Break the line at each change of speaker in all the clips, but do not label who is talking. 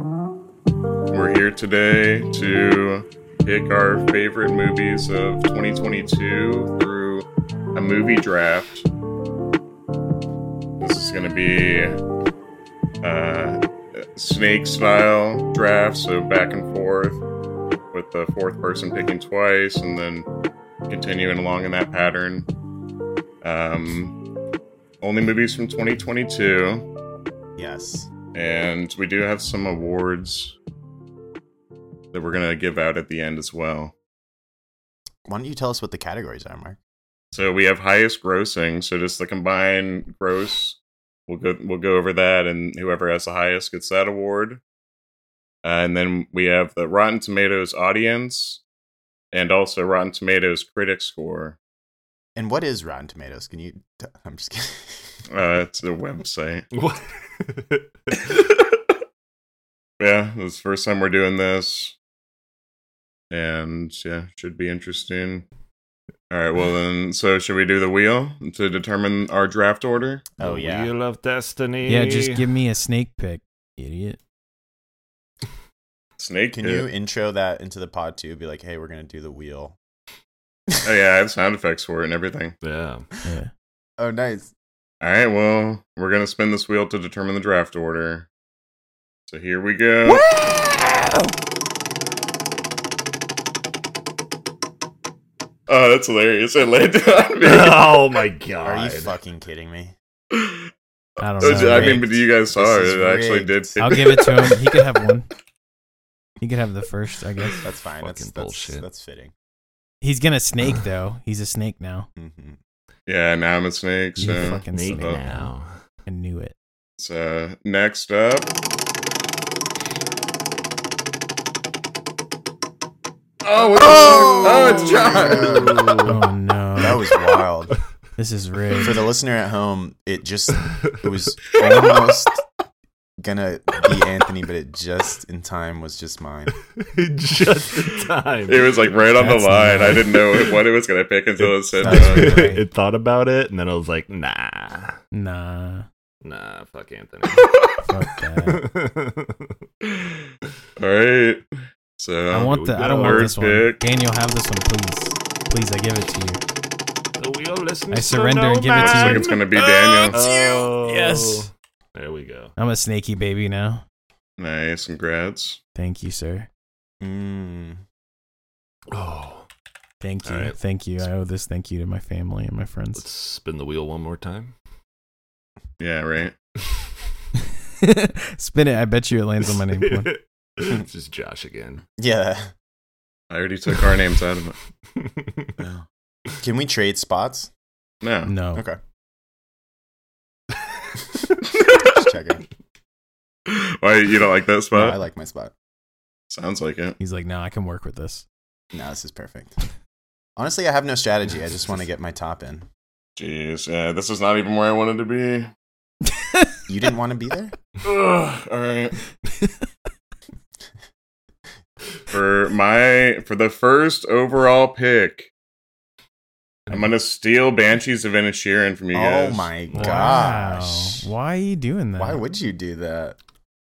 We're here today to pick our favorite movies of 2022 through a movie draft. This is going to be uh, snake style draft, so back and forth with the fourth person picking twice and then continuing along in that pattern. Um, only movies from 2022,
Yes.
and we do have some awards that we're going to give out at the end as well.
Why don't you tell us what the categories are, Mark?
So we have highest grossing. So just the combined gross, we'll go we'll go over that, and whoever has the highest gets that award. Uh, and then we have the Rotten Tomatoes audience, and also Rotten Tomatoes critic score.
And what is Rotten Tomatoes? Can you? T- I'm just kidding.
Uh, it's a website.
What?
Yeah, this is the first time we're doing this, and yeah, should be interesting. All right, well then, so should we do the wheel to determine our draft order?
Oh,
The
yeah.
Wheel of Destiny.
Yeah, just give me a snake pick, idiot.
Snake.
Can
pit.
you e- intro that into the pod too? Be like, hey, we're gonna do the wheel.
Oh yeah, I have sound effects for it and everything.
Yeah.
Yeah.
Oh, nice.
All right, well, we're going to spin this wheel to determine the draft order. So here we go. Oh, that's hilarious. It landed on me.
oh my god.
Are you fucking kidding me?
I don't
Those-
know.
I mean,
rigged.
but you guys saw it.
This is
It actually
rigged.
did. fit.
I'll give it to him. He could have one. He could have the first, I guess.
That's fine. That's
Fucking
that's,
bullshit.
that's fitting.
He's gonna snake though. He's a snake now.
hmm
yeah, now I'm a snake.
You
So,
fucking snake
uh,
now. I knew it.
so uh, next up. Oh, what the- oh, it's John.
Oh no.
That was wild.
this is
For
rigged.
the listener at home, it just it was almost gonna be Anthony, but it just in time was just mine.
just in time.
it was like right on
That's
the line.
nice.
I didn't know what it was going to pick until it said
That's
John.
really right.
it thought about it, and then I was like, nah,
Nah.
nah, fuck Anthony.
Fuck that.
All right. So
I want
here
the
we
I don't
go.
want this one.
Third pick.
Daniel, have this one, please. Please, I give it to you.
the wheel listens
I
to
surrender
no
and give it
man.
to
Looks like
you.
it's gonna be Daniel.
Oh,
Yes.
There we go.
I'm a snaky baby now.
Nice, congrats.
Thank you, sir.
Mm.
Oh,
Thank you.
All right.
Thank you. I owe this thank you to my family and my
let's
friends.
spin the wheel one more time.
Yeah, right.
Spin it. I bet you it lands on my name. Come on.
it's just Josh again.
Yeah.
I already took our names out of it.
Can we trade spots?
No.
No.
Okay. Just
Just
checking.
Why you don't like that
No,
spot?
I like my spot.
Sounds like it.
He's like, no, I can work with this.
No, this is perfect. Honestly, I have no strategy. I just want to get my top in.
Jeez, yeah, this is not even where I wanted to be.
You didn't want to be there?
Ugh, all right. for my for the first overall pick, I'm gonna steal Banshees of Inisherin from you
Oh
guys.
my
Wow.
gosh.
Why are you doing that?
Why would you do that?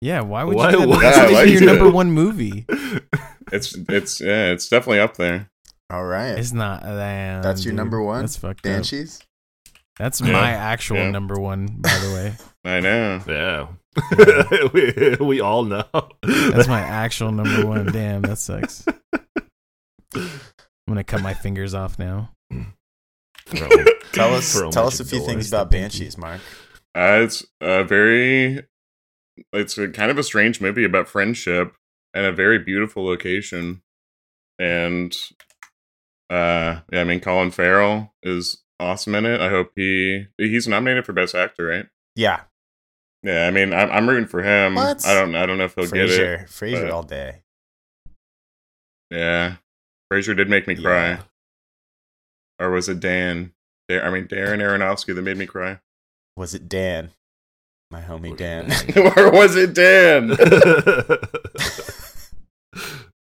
Yeah, why would
Why
you do
would-
that? That's
Yeah,
supposed
why
to be
you
your
do
number
it?
one movie.
It's it's yeah, it's definitely up there.
All right.
It's not that.
That's your number one?
That's fucked up.
Banshees?
That's
Yeah,
my actual
yeah.
number one, by the way.
I know.
yeah. we, we all know.
That's my actual number one. Damn, that sucks. I'm gonna cut my fingers off now.
Tell us
Throw
tell
my
us a few
door.
things
It's the
about
pinky.
Banshees, Mark.
Uh, it's a very, it's a kind of a strange movie about friendship and a very beautiful location, and uh, yeah, I mean Colin Farrell is awesome in it. I hope he he's nominated for best actor, right?
Yeah.
Yeah, I mean I'm, I'm rooting for him.
What?
I don't I don't know if he'll get it.
Frasier. Frasier
but-
all day.
Yeah, Frasier did make me
Yeah.
cry, or was it Dan? Dar- I mean, Darren Aronofsky that made me cry.
Was it Dan? My homie Dan.
or was it Dan?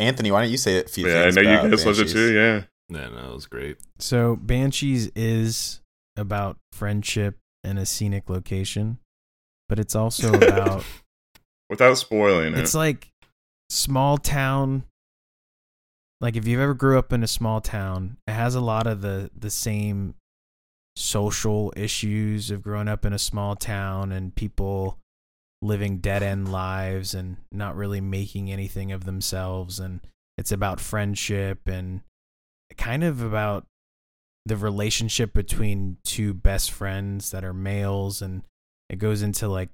Anthony, why don't you say a few
yeah, I
things?
know you
about
guys loved it
Banshees?
too. Yeah.
no, no, it was great.
So Banshees is about friendship in a scenic location, but it's also about
Without spoiling it.
it's like small town. Like if you've ever grew up in a small town, it has a lot of the the same social issues of growing up in a small town and people living dead end lives and not really making anything of themselves and it's about friendship and kind of about the relationship between two best friends that are males and it goes into like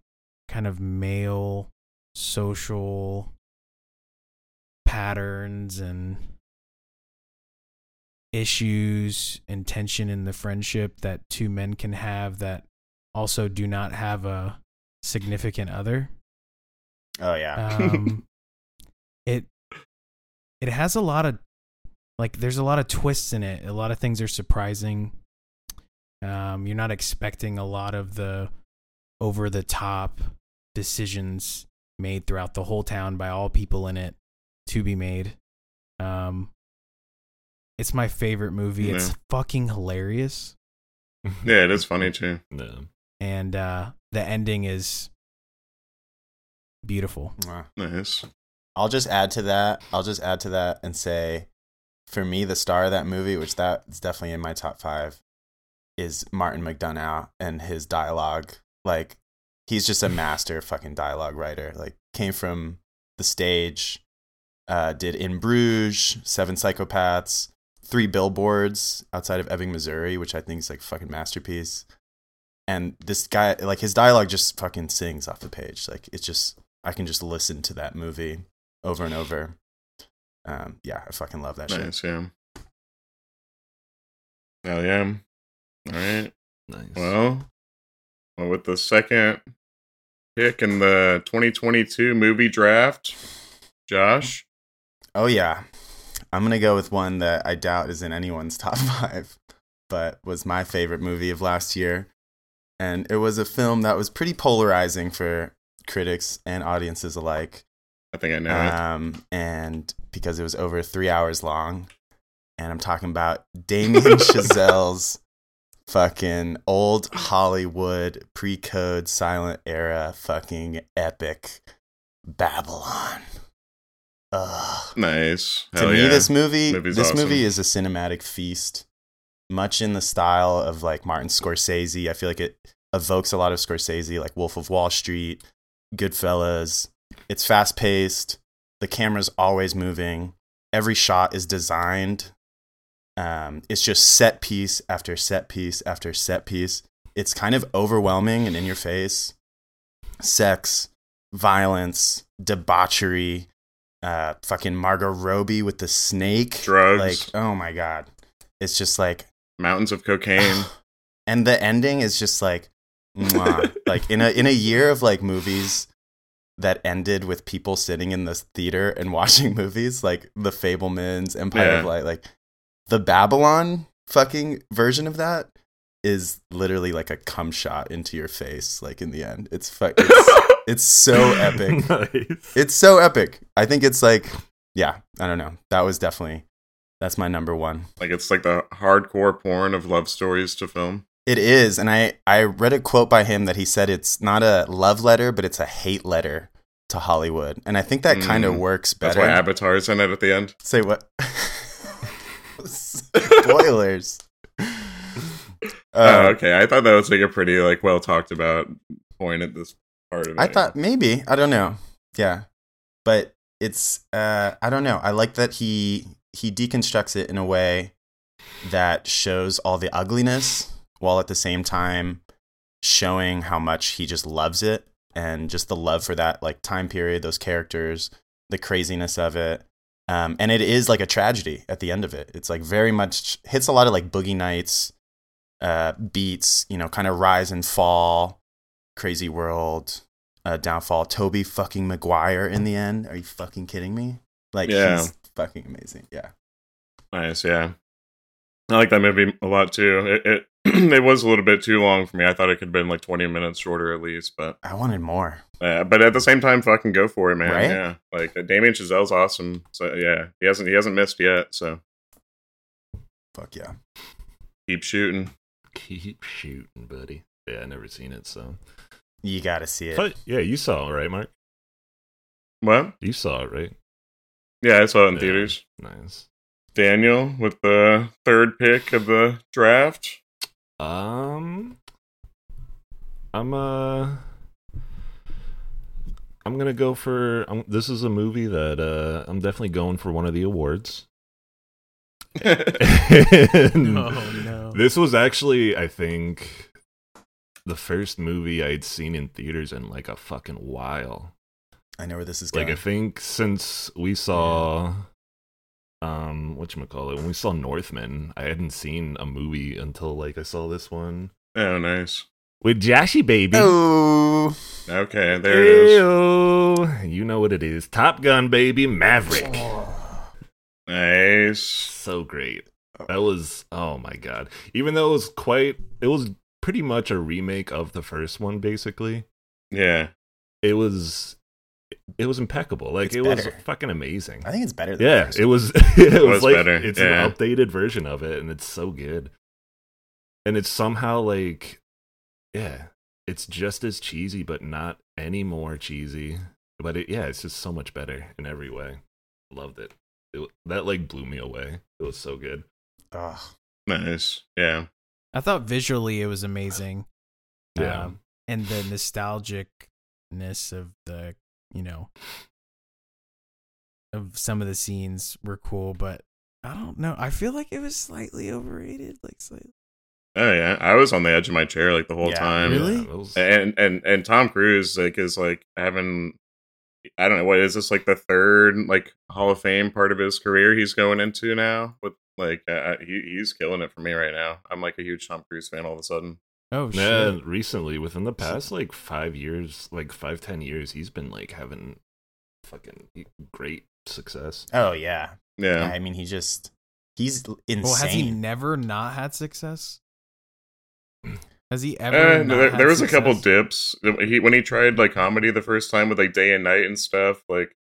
kind of male social patterns and issues and tension in the friendship that two men can have that also do not have a significant other
Oh yeah.
um, it it has a lot of like there's a lot of twists in it. A lot of things are surprising. Um, you're not expecting a lot of the over the top decisions made throughout the whole town by all people in it to be made. Um, it's my favorite movie. It's
Yeah.
fucking hilarious
yeah, it is funny too.
No.
and uh, the ending is beautiful.
Mwah.
Nice.
I'll just add to that. I'll just add to that and say, for me, the star of that movie, which that is definitely in my top five, is Martin McDonough and his dialogue. Like, he's just a master fucking dialogue writer. Like, came from the stage, uh, did In Bruges, Seven Psychopaths, Three Billboards outside of Ebbing, Missouri, which I think is like fucking masterpiece. And this guy, like, his dialogue just fucking sings off the page. Like, it's just, I can just listen to that movie over and over. Um, yeah, I fucking love that shit.
Nice. Yeah. Hell yeah. All right.
Nice.
Well, well, with the second pick in the 2022 movie draft, Josh.
Oh yeah. I'm gonna go with one that I doubt is in anyone's top five, but was my favorite movie of last year. And it was a film that was pretty polarizing for critics and audiences alike.
I think I know
Um, and because it was over three hours long. And I'm talking about Damien Chazelle's fucking old Hollywood pre code silent era fucking epic Babylon. Ugh
it. Nice.
to
Hell
me
yeah.
this movie
Movie's
this
awesome.
movie is a cinematic feast much in the style of like martin scorsese i feel like it evokes a lot of scorsese like wolf of wall street goodfellas it's fast paced the camera's always moving every shot is designed um, it's just set piece after set piece after set piece it's kind of overwhelming and in your face sex violence debauchery uh fucking margot robbie with the snake
Drugs.
like oh my god it's just like
Mountains of cocaine.
and the ending is just like mwah. like in a in a year of like movies that ended with people sitting in this theater and watching movies like the fablemans empire of
Yeah.
light like the babylon fucking version of that is literally like a cum shot into your face like in the end it's fu- it's, it's so epic
nice.
it's so epic i think it's like yeah i don't know that was definitely that's my number one
like it's like the hardcore porn of love stories to film.
It is, and I I read a quote by him that he said it's not a love letter, but it's a hate letter to Hollywood, and I think that kind of
Mm,
works
That's
better.
why Avatar's in it at the end.
Say what? Spoilers.
oh,
Uh,
okay. I thought that was like a pretty like well talked about point at this part of it.
I thought maybe I don't know. Yeah, but it's uh, I don't know. I like that he he deconstructs it in a way that shows all the ugliness while at the same time showing how much he just loves it and just the love for that like time period, those characters, the craziness of it. Um, and it is like a tragedy at the end of it. It's like very much hits a lot of like boogie nights, uh, beats, you know, kind of rise and fall, crazy world, uh, downfall. Toby fucking Maguire in the end. Are you fucking kidding me? Like
Yeah.
he's fucking amazing. Yeah.
nice. Yeah. I like that movie a lot too. It it, it was a little bit too long for me. I thought it could have been like twenty minutes shorter at least, but
I wanted more.
uh, but at the same time, fucking go for it, man.
Right?
Yeah, like uh, Damien Chazelle's awesome. So yeah, he hasn't he hasn't missed yet. So
Fuck yeah.
keep shooting.
Keep shooting, buddy. Yeah, I never seen it, so.
You gotta see it.
But yeah, you saw it, right, Mark?
What?
You saw it, right?
Yeah, I saw it in
Yeah.
theaters.
Nice.
Daniel with the third pick of the draft.
Um, I'm uh, I'm gonna go for. Um, this is a movie that uh, I'm definitely going for one of the awards.
Oh,
And
Oh, no.
This was actually, I think, the first movie I'd seen in theaters in like a fucking while.
I know where this is
Like
going.
I think since we saw um whatchamacallit, when we saw Northmen, I hadn't seen a movie until like I saw this one.
oh, nice.
With Joshy Baby.
oh,
Okay, there it is.
Ew. You know what it is. Top Gun baby, Maverick.
Nice.
So great. That was oh my god. Even though it was quite it was pretty much a remake of the first one basically.
Yeah.
It was it was impeccable. Like
It's
it
better.
was fucking amazing.
I think it's better. Than
Yeah,
first.
it was. It was
was
like
better,
it's
yeah.
an updated version of it, and it's so good. And it's somehow like, yeah, it's just as cheesy, but not any more cheesy. But it, yeah, it's just so much better in every way. Loved it. it. wa- That like blew me away. It was so good.
Ugh.
Nice. Yeah.
I thought visually it was amazing.
Yeah.
Um, and the nostalgicness of the, you know, of some of the scenes were cool, but I don't know. I feel like it was slightly overrated. Like, slightly.
Oh yeah. I was on the edge of my chair like the whole
Yeah.
time.
Really?
that was-
And and and Tom Cruise like is like having I don't know what is this like the third like Hall of Fame part of his career he's going into now with like uh, he he's killing it for me right now. I'm like a huge Tom Cruise fan all of a sudden.
Oh, shit.
yeah, recently, within the past like five years, like five ten years, he's been like having fucking great success.
Oh yeah.
Yeah.
I mean, he just he's insane.
Well, has he never not had success? Has he ever?
Uh,
not
there,
had
there was a couple
success?
dips. He when he tried like comedy the first time with like day and night and stuff. Like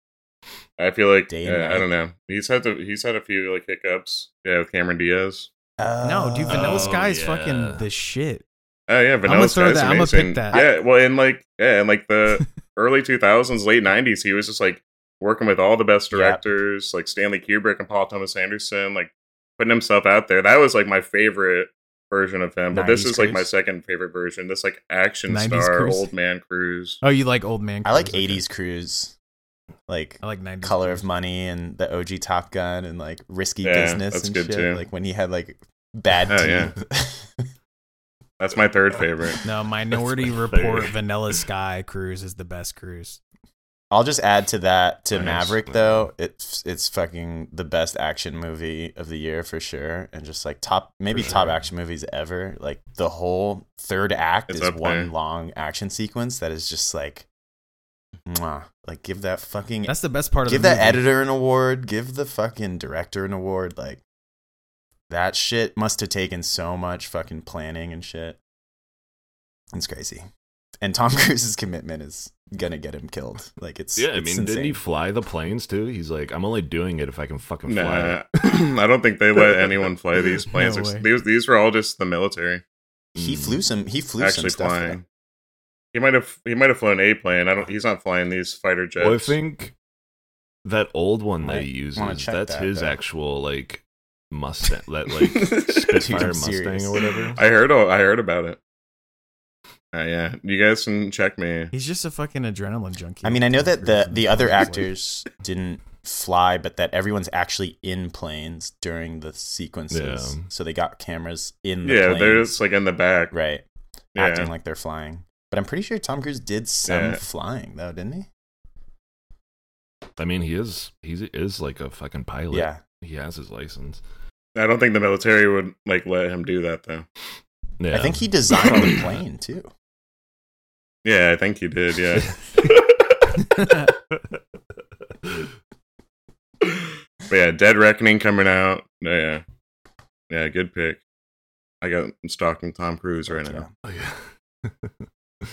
I feel like
Day
uh,
and
I
Night?
don't know. He's had to, he's had a few like hiccups. Yeah, with Cameron Diaz.
No,
Uh,
dude, Vanilla
Oh,
Sky is
yeah.
fucking the shit.
Oh yeah, Vanilla
throw
Sky's
that- I'ma pick
amazing.
that.
Yeah, well, in like yeah, in like the early two thousands, late nineties, he was just like working with all the best
Yep.
directors, like Stanley Kubrick and Paul Thomas Anderson, like putting himself out there. That was like my favorite version of him. But this
90s
is like my
Cruise?
second favorite version. This like action
90s
star,
Cruise.
old man Cruise.
Oh, you like old man?
I like
Cruise, okay.
'80s cruise, like
I like '90s.
Color of Money and the OG Top Gun and like Risky
Yeah,
Business
that's
and
good
shit.
too.
Like when he had like bad
Oh, yeah.
teeth.
That's my third favorite.
No, Minority
my
Report
favorite.
Vanilla Sky Cruise is the best cruise.
I'll just add to that to
Nice.
Maverick though. It's it's fucking the best action movie of the year for sure, and just like top maybe
For
top
sure.
action movies ever. Like the whole third act
It's
is
up
one
there.
long action sequence that is just like, mwah. like give that fucking
That's the best part of
give
the
that
movie.
editor an award, give the fucking director an award. Like that shit must have taken so much fucking planning and shit. It's crazy. And Tom Cruise's commitment is gonna get him killed. Like it's
Yeah, I
it's
mean, didn't he
insane.
fly the planes too? He's like, I'm only doing it if I can fucking fly.
Nah,
it."
I don't think they let anyone fly these planes.
No
It's-
way.
these these were all just the military
He
Mm.
flew some. He flew some
actually
stuff.
flying. He might have he might have flown a plane. I don't. He's not flying these fighter jets.
Well, I think that old one that he
Might wanna
uses,
check
that's
that,
his
though.
actual like Mustang, that like Spitfire
I'm serious.
Mustang or whatever.
I heard all, I heard about it. Uh, yeah, you guys can check me.
He's just a fucking adrenaline junkie.
I mean, I know
Tom
that
Cruise
the
and
the other
Tom
actors
Cruise.
didn't fly, but that everyone's actually in planes during the sequences.
Yeah.
So they got cameras in. the
Yeah,
planes,
they're just like in the back.
right
Yeah.
acting like they're flying. But I'm pretty sure Tom Cruise did some
Yeah.
flying though, didn't he?
I mean, he is he is like a fucking pilot.
yeah,
he has his license.
I don't think the military would like let him do that though.
Yeah,
I think he designed the plane too.
Yeah, I think he did. Yeah, but Oh, yeah, Dead Reckoning coming out. Yeah, Yeah, good pick. I got I'm stalking Tom Cruise right
Yeah.
now.
Oh, yeah.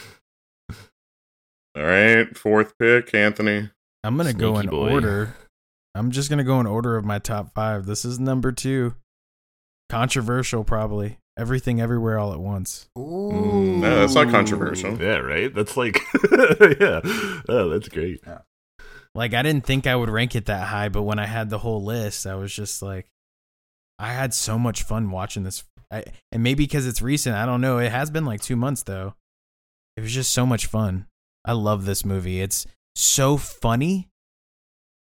All right, fourth pick, Anthony.
I'm gonna go
Sneaky
in
boy.
order. I'm just gonna go in order of my top five. This is number two. Controversial, probably. Everything, everywhere, all at once.
Ooh.
No, that's not controversial.
yeah, right? That's like, yeah. Oh, that's great.
Like I didn't think I would rank it that high, but when I had the whole list, I was just like, I had so much fun watching this. I, and maybe because it's recent, I don't know. It has been like two months though. It was just so much fun. I love this movie. It's so funny.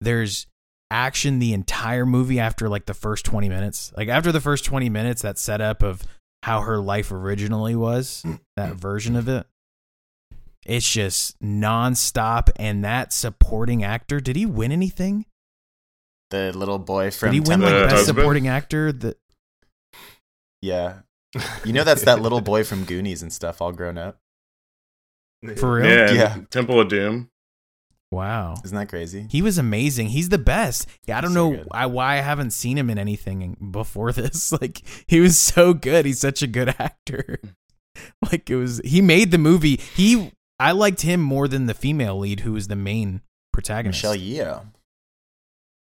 There's action the entire movie after like the first 20 minutes. Like after the first 20 minutes, that setup of how her life originally was, that version of it. It's just nonstop. And that supporting actor, did he win anything?
The little boy from
Did he win
Temple
like
Uh,
of
best
Doom.
husband?
supporting actor? The,
Yeah. You know that's that little boy from Goonies and stuff all grown up.
for real?
Yeah, and
Yeah.
Temple of Doom.
Wow.
Isn't that crazy?
He was amazing. He's the best. Yeah, I don't
He's so
know
good.
I, why I haven't seen him in anything before this. Like he was so good. He's such a good actor. Like it was he made the movie. He I liked him more than the female lead who was the main protagonist.
Michelle Yeoh.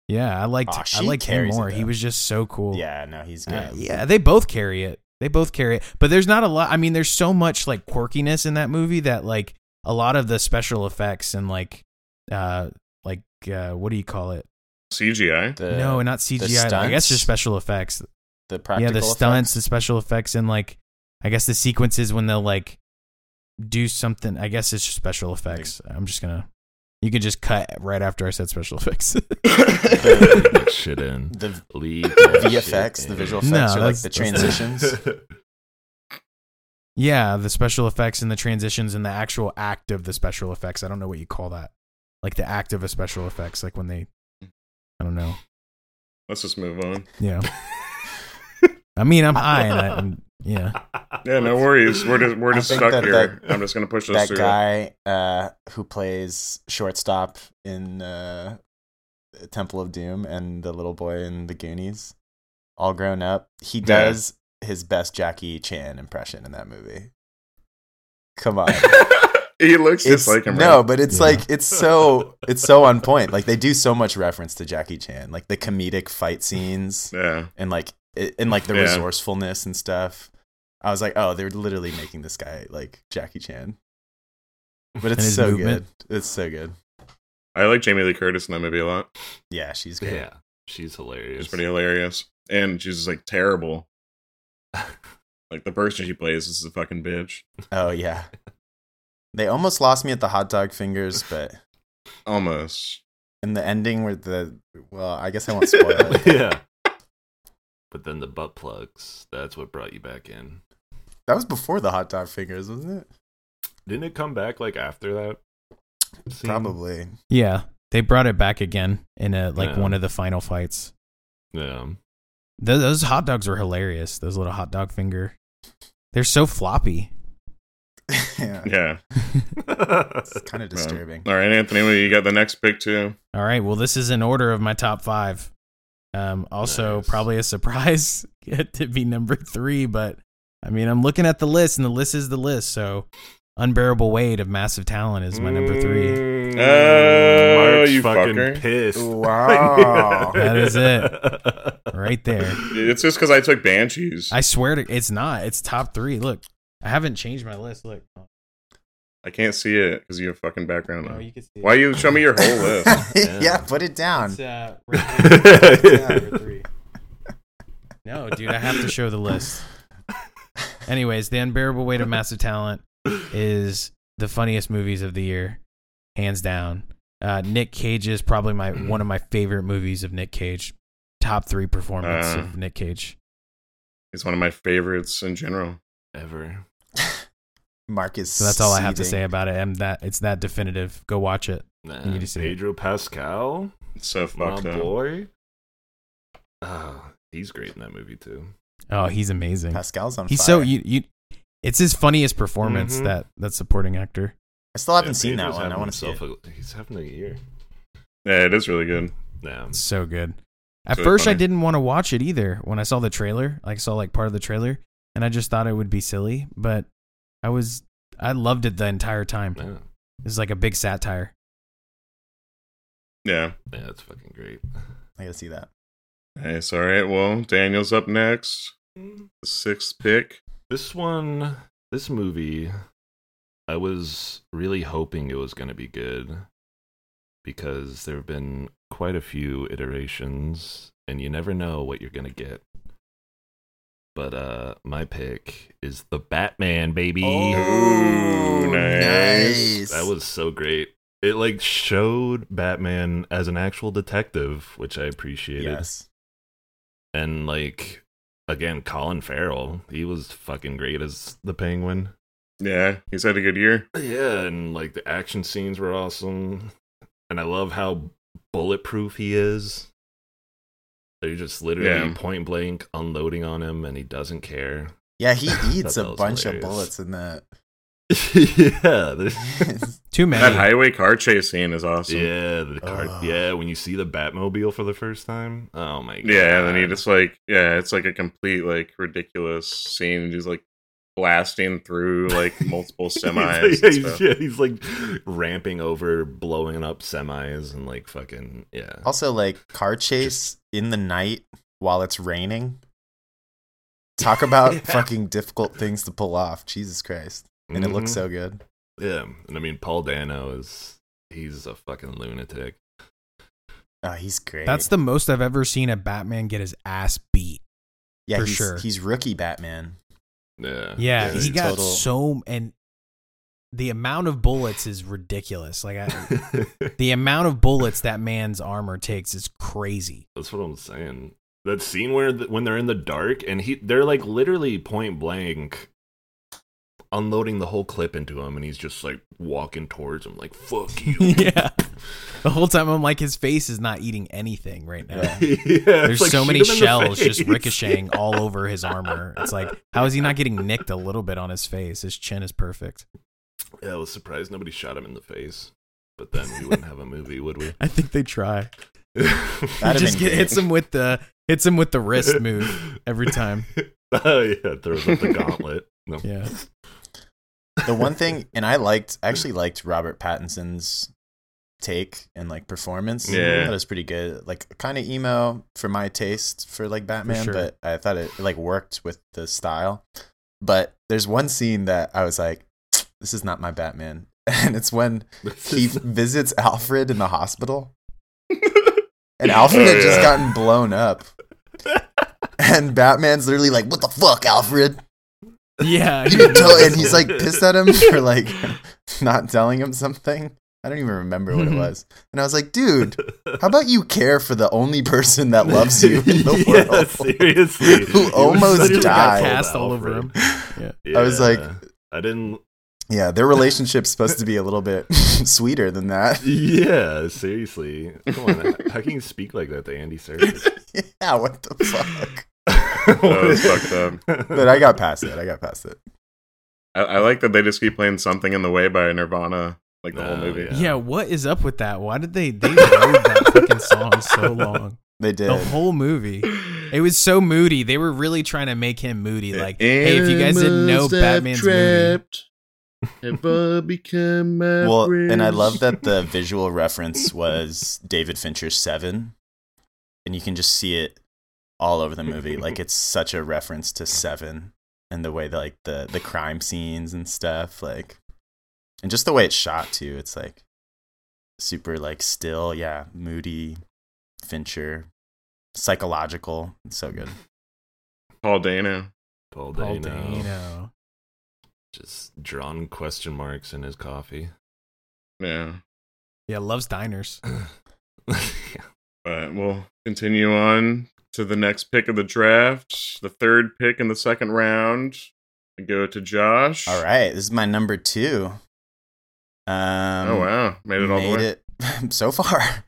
Yeah, I liked
Aw,
I
she
liked him
carries it,
more. He
though.
was just so cool.
Yeah, no, he's good.
Uh, yeah, they both carry it. They both carry it. But there's not a lot. I mean, there's so much like quirkiness in that movie that like a lot of the special effects and like, uh, like uh, what do you call it?
CGI.
The,
no, not CGI. I guess just
stunts?
special effects.
the practical
yeah, the stunts, the
effects.
special effects, and like I guess the sequences when they'll like do something. I guess it's just special effects. I'm just gonna. You can just cut right after I said special effects.
The,
Leave that shit in.
the
Leave that
VFX,
shit
the
in.
visual
Oh, No,
effects, or like
that's-
the
that's-
transitions.
Yeah, the special effects and the transitions and the actual act of the special effects. I don't know what you call that. Like the act of a special effects, like when they I don't know.
Let's just move on.
Yeah. I mean I'm high and I am yeah.
Yeah, no worries. We're just we're
I
just
think
stuck
that
here. I'm just gonna push us
that
through.
guy uh, who plays shortstop in uh, Temple of Doom and the little boy in the Goonies, all grown up. He
Yeah.
does his best Jackie Chan impression in that movie. Come on.
he looks
It's
just like him.
no,
right?
but it's
Yeah.
like it's so it's so on point. Like they do so much reference to Jackie Chan, like the comedic fight scenes
yeah,
and like it, and like the
Yeah.
resourcefulness and stuff. I was like, oh, they're literally making this guy like Jackie Chan. But it's
his
so
movement.
good. It's so good.
I like Jamie Lee Curtis in that movie a lot.
Yeah, she's great.
Yeah, she's hilarious.
It's pretty hilarious, and she's just, like terrible. Like the person she plays is a fucking bitch.
Oh yeah. They almost lost me at the hot dog fingers, but
Almost.
in the ending where the well, I guess I won't spoil it.
yeah. But then the butt plugs, that's what brought you back in.
That was before the hot dog fingers, wasn't it?
Didn't it come back like after that? scene?
Probably.
Yeah. They brought it back again in a like
Yeah.
one of the final fights.
Yeah.
Th- those hot dogs were hilarious. Those little hot dog finger. They're so floppy.
yeah.
Yeah.
It's kind of
Um,
disturbing.
all right, Anthony, well, you got the next pick too.
All right. Well, this is in order of my top five. Um, also,
Nice.
probably a surprise to be number three, but I mean, I'm looking at the list, and the list is the list. So, unbearable weight of massive talent is my number three.
Oh, Mm, you
Mm, fucking
fucker.
pissed.
Wow.
That is
Mm.
it. Right there.
It's just because I took Banshees.
I
I,
swear to, it's not. It's top three. Look, I haven't changed my list. Look,
can't see it because you have fucking background
No,
on.
you can see it.
Why you show me your whole list?
yeah.
Yeah.
put it down.
It's, uh, right there. It's number three. No, dude, I have to show the list. Anyways, the unbearable weight of massive talent is the funniest movies of the year, hands down. Uh, Nick Cage is probably my
Mm.
one of my favorite movies of Nick Cage. Top three performance
Uh.
of Nick Cage.
It's one of my favorites in general.
Ever.
Mark is
So that's all I have to say
seething.
about it. And that it's that definitive. Go watch it.
Nah,
need to see it.
Pedro Pascal,
It's so
my
fucked up.
boy. Oh, he's great in that movie too.
Oh, he's amazing.
Pascal's on
He's
fire. Mm-hmm.
so you you. It's his funniest performance
Mhm.
that that supporting actor.
I still haven't
Yeah,
seen that
Pedro's
one. I
having
want to see it.
himself a- he's having a year.
Yeah, it is really good.
Nah.
It's so good. At
So
first, I
funny.
didn't want to watch it either when I saw the trailer. Like, saw like part of the trailer, and I just thought it would be silly. But I was, I loved it the entire time.
Yeah,
It's like a big satire.
Yeah.
yeah, that's fucking great.
I gotta see that.
Nice. All right. Well, Daniel's up next.
Mm.
The sixth pick.
This one, this movie, I was really hoping it was going to be good because there have been quite a few iterations and you never know what you're going to get. But uh my pick is The Batman, baby.
Oh,
Ooh, nice.
That was so great. It like showed Batman as an actual detective, which I appreciated.
yes.
And like again, Colin Farrell, he was fucking great as the Penguin.
Yeah. He's had a good year.
Yeah, and like the action scenes were awesome. And I love how bulletproof he is. They're just literally
Yeah.
point blank unloading on him and he doesn't care.
Yeah, he
That-
eats
that
a
was
bunch
hilarious.
of bullets in that.
yeah. there's-
Too
That
many.
highway car chase scene is awesome. Yeah.
Yeah, the car.
Ugh.
Yeah, when you see the Batmobile for the first time. Oh my god.
and then he just like yeah, it's like a complete like ridiculous scene. He's like blasting through like multiple
He's
semis.
like-
and
he's-
stuff.
yeah, he's like ramping over, blowing up semis and like fucking yeah.
also, like car chase in the night while it's raining. Talk about
Yeah.
fucking difficult things to pull off. Jesus Christ. And it
Mm-hmm.
looks
Mhm.
so good.
Yeah, and I mean Paul Dano is he's a fucking lunatic.
Oh, he's great.
That's the most I've ever seen a Batman get his ass beat.
yeah,
for
he's,
sure.
He's rookie Batman.
Yeah.
Yeah,
Yeah,
he
he's
got
total-
so and the amount of bullets is ridiculous. Like I, the amount of bullets that man's armor takes is crazy.
That's what I'm saying. That scene where the, when they're in the dark and he they're like literally point blank unloading the whole clip into him and he's just like walking towards him like fuck you.
yeah. The whole time I'm like his face is not eating anything right now.
Yeah.
There's so many shells just ricocheting all over his armor. It's like how is he not getting nicked a little bit on his face? His chin is perfect.
Yeah, I was surprised nobody shot him in the face. But then we wouldn't have a movie, would we?
I think they try.
That'd
just
been
get,
great.
hits him with the hits him with the wrist move every time.
oh yeah, throws up the gauntlet. No.
Yeah.
the one thing and i liked I actually liked robert pattinson's take and like performance
Yeah.
that was pretty good like kind of emo for my taste for like batman
sure.
but i thought it, it, like worked with the style but there's one scene that i was like this is not my batman and it's when he visits alfred in the hospital and alfred
Oh,
had just
yeah.
gotten blown up and batman's literally like what the fuck alfred
Yeah.
you can tell, and he's like pissed at him for like not telling him something. I don't even remember what it
Mhm.
was. And I was like, dude, how about you care for the only person that loves you in the
Yeah,
world?
seriously.
Who
He was
almost
such a good
died.
Cast all over
Alfred.
him.
I was like-
Yeah. I didn't.
Yeah, their relationship's supposed to be a little bit sweeter than that.
Yeah, seriously. Come on, how can you speak like that to Andy Serkis?
Yeah, what the fuck?
was fucked up.
But I got past it. I got past it.
I, I like that they just keep playing something in the way by Nirvana like the whole
Oh,
movie.
Yeah.
Yeah, what is up with that? Why did they they rode that fucking song so long?
They did.
The whole movie. It was so moody. They were really trying to make him moody. Like, hey, if you guys didn't know Batman's movie,
well, and I love that the visual reference was David Fincher's Seven, and you can just see it all over the movie. Like it's such a reference to Seven and the way that, like the the crime scenes and stuff, like, and just the way it's shot too. It's like super like still, yeah, moody, Fincher, psychological. It's so good.
Paul Dano.
Paul
Paul
Dano,
Dano.
just drawn question marks in his coffee.
Yeah.
Yeah, loves diners.
Oh,
But we'll continue on to the next pick of the draft. The third pick in the second round. We go to Josh.
All right, this is my number two. Um,
oh wow. Made it all the way.
it so far.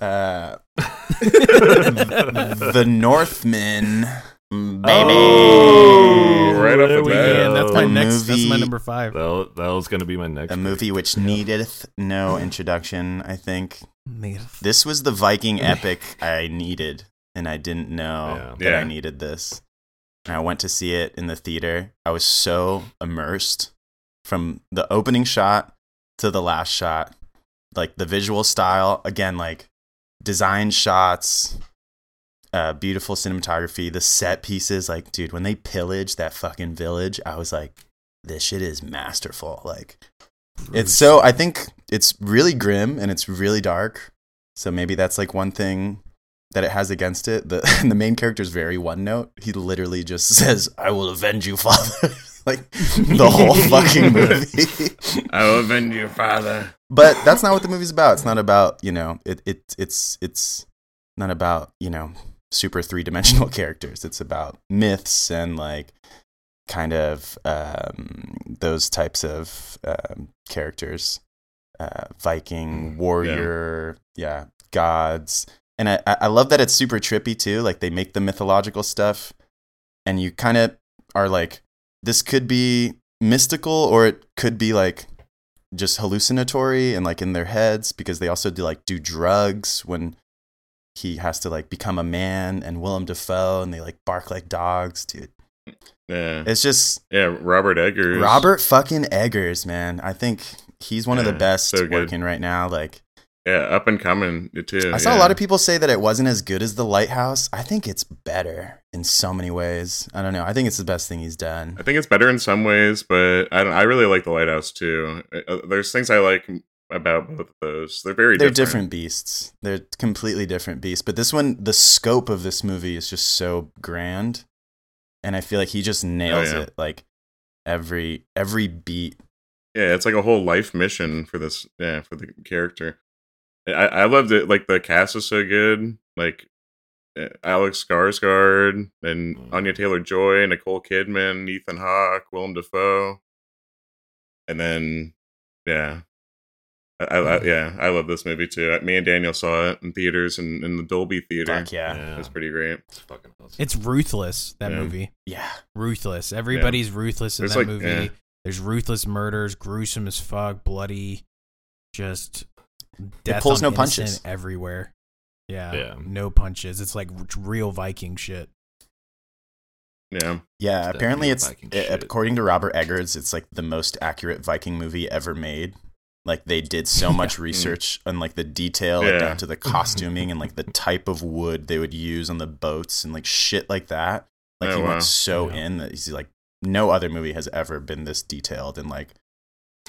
Uh, the Northmen, baby.
Oh, right off
there
the
we
bat.
Yeah, that's my
A
next. That's my
movie-
number five.
That, that was gonna be my next.
A movie which needeth no introduction, I think.
Neath.
This was the Viking epic I needed. and I didn't know
Yeah.
that I
Yeah.
needed this. And I went to see it in the theater. I was so immersed from the opening shot to the last shot. Like the visual style, again, like design shots, uh, beautiful cinematography, the set pieces. Like, dude, when they pillage that fucking village, I was like, this shit is masterful. Like, it's so I think it's really grim and it's really dark. So maybe that's like one thing that it has against it. The the main character is very one note. He literally just says, "I will avenge you, father." like the whole fucking movie.
I will avenge your father.
but that's not what the movie's about. It's not about, you know, it, it it's it's not about, you know, super three-dimensional characters. It's about myths and like kind of um, those types of um, characters. Uh, Viking,
Mm,
warrior, yeah, gods. And I, I I love that it's super trippy too. Like they make the mythological stuff and you kind of are like, this could be mystical or it could be like just hallucinatory and like in their heads because they also do like do drugs when he has to like become a man and Willem Dafoe and they like bark like dogs, dude.
Yeah,
It's just
yeah. Robert Eggers.
Robert fucking Eggers, man. I think he's one of the
Yeah,
best
so good.
working right now. Like
Yeah, up and coming uh, too.
I saw
yeah.
a lot of people say that it wasn't as good as The Lighthouse. I think it's better in so many ways. I don't know. I think it's the best thing he's done.
I think it's better in some ways, but I don't, I really like the Lighthouse too. Uh, There's things I like about both of those. They're very
They're
different.
different. beasts. They're completely different beasts. But this one, the scope of this movie is just so grand, and I feel like he just nails
yeah.
it. Like every every beat.
Yeah, it's like a whole life mission for this. Yeah, for the character. I I loved it. Like the cast is so good. Like uh, Alex Skarsgård and
Mm.
Anya Taylor Joy, Nicole Kidman, Ethan Hawke, Willem Dafoe, and then yeah. I, I,
Mm.
I- yeah, I love this movie too. Uh, Me and Daniel saw it in theaters and in the Dolby theater.
Fuck yeah, yeah.
It was pretty great.
It's fucking awesome.
It's ruthless that
Yeah.
movie. Ruthless. Everybody's ruthless in
There's
that
like-
movie.
yeah.
There's ruthless murders, gruesome as fuck, bloody, just death
pulls
on
no punches.
innocent everywhere. Yeah,
Yeah.
no punches. It's like r- real Viking shit.
Yeah.
Yeah,
It's
apparently
definitely
it's
Viking
it-
shit.
according to Robert Eggers, it's like the most accurate Viking movie ever made. Like they did so much research on like the detail like,
Yeah.
down to the costuming and like the type of wood they would use on the boats and like shit like that. Like
Oh,
he
wow.
went so
Yeah.
in that he's like no other movie has ever been this detailed and like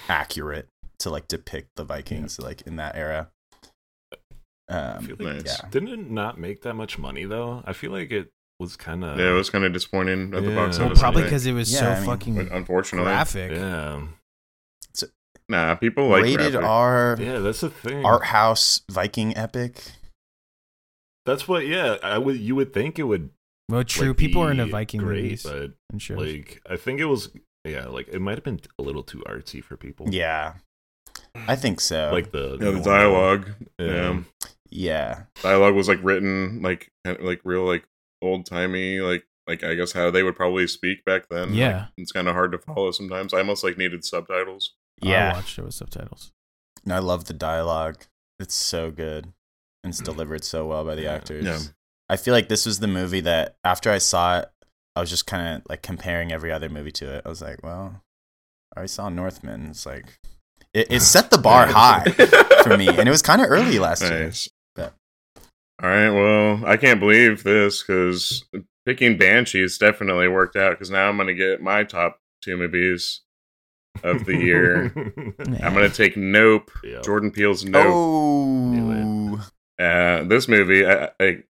accurate to like depict the Vikings like in that era.
I feel
Um,
like
Nice.
yeah.
Didn't it not make that much money though? I feel like it was kind of.
Yeah, it was kind of disappointing at the box
Uh, Yeah.
Well,
office. I
probably
think.
because it was
Yeah,
so
I mean-
But
fucking
unfortunately,
graphic.
Yeah.
nah, people like
rated
graphic.
R
Yeah, that's the thing.
art house Viking epic.
That's what. Yeah, I would. You would think it would.
Well, true.
like,
People are
be
into Viking
great,
movies
but
and shows.
like, I think it was. Yeah, like it might have been a little too artsy for people.
Yeah. I think so.
like the
Yeah, the
normal-
dialogue.
Yeah.
Yeah.
yeah.
Dialogue was like written like kind of, like real like old timey like like I guess how they would probably speak back then.
yeah,
It's kind of hard to follow sometimes. I almost like needed subtitles.
I
Yeah.
watched it with subtitles.
And I love the dialogue. It's so good. And it's delivered so well by the
Yeah.
actors.
Yeah.
I feel like this was the movie that after I saw it, I was just kind of like comparing every other movie to it. I was like, well, I already saw Northman. It's like, it, it set the bar high for me. And it was kind of early last year.
Nice.
But-
All right. Well, I can't believe this because picking Banshees definitely worked out. Because now I'm going to get my top two movies of the year. I'm going to take Nope.
Yeah.
Jordan Peele's Nope.
Oh.
Uh, this movie, I, I,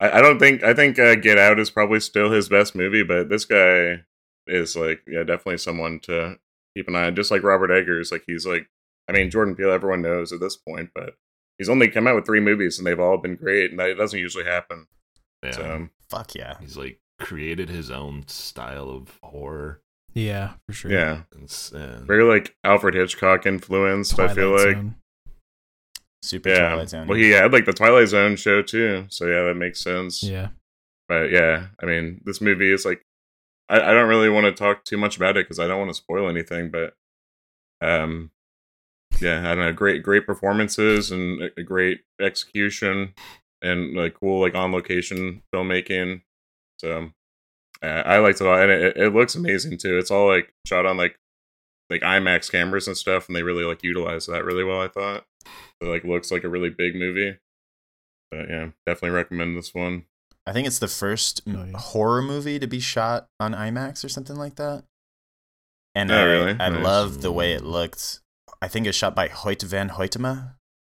I I don't think. I think uh, Get Out is probably still his best movie, but this guy is like, yeah, definitely someone to keep an eye on. Just like Robert Eggers, like he's like, I mean, Jordan Peele, everyone knows at this point, but he's only come out with three movies, and they've all been great, and that doesn't usually happen.
Yeah.
So
Fuck yeah.
He's like created his own style of horror.
Yeah, for sure.
yeah,
And, s- and
very like Alfred Hitchcock influenced. I feel
Twilight
like.
Zone.
Super
Yeah,
Twilight Zone.
well, he had like the Twilight Zone show too, so yeah, that makes sense.
Yeah,
but yeah, I mean, this movie is like, I, I don't really want to talk too much about it because I don't want to spoil anything. But, um, yeah, I don't know. Great, great performances and a, a great execution. and like cool like on location filmmaking. So uh, I liked it a lot, and it, it looks amazing too. It's all like shot on like like IMAX cameras and stuff, and they really like utilize that really well. I thought it like looks like a really big movie. But yeah, definitely recommend this one.
I think it's the first m-
Oh, yeah.
horror movie to be shot on IMAX or something like that. And
Oh,
I,
really?
I
Nice.
love the way it looked. I think it was shot by Hoyt van Hoytema,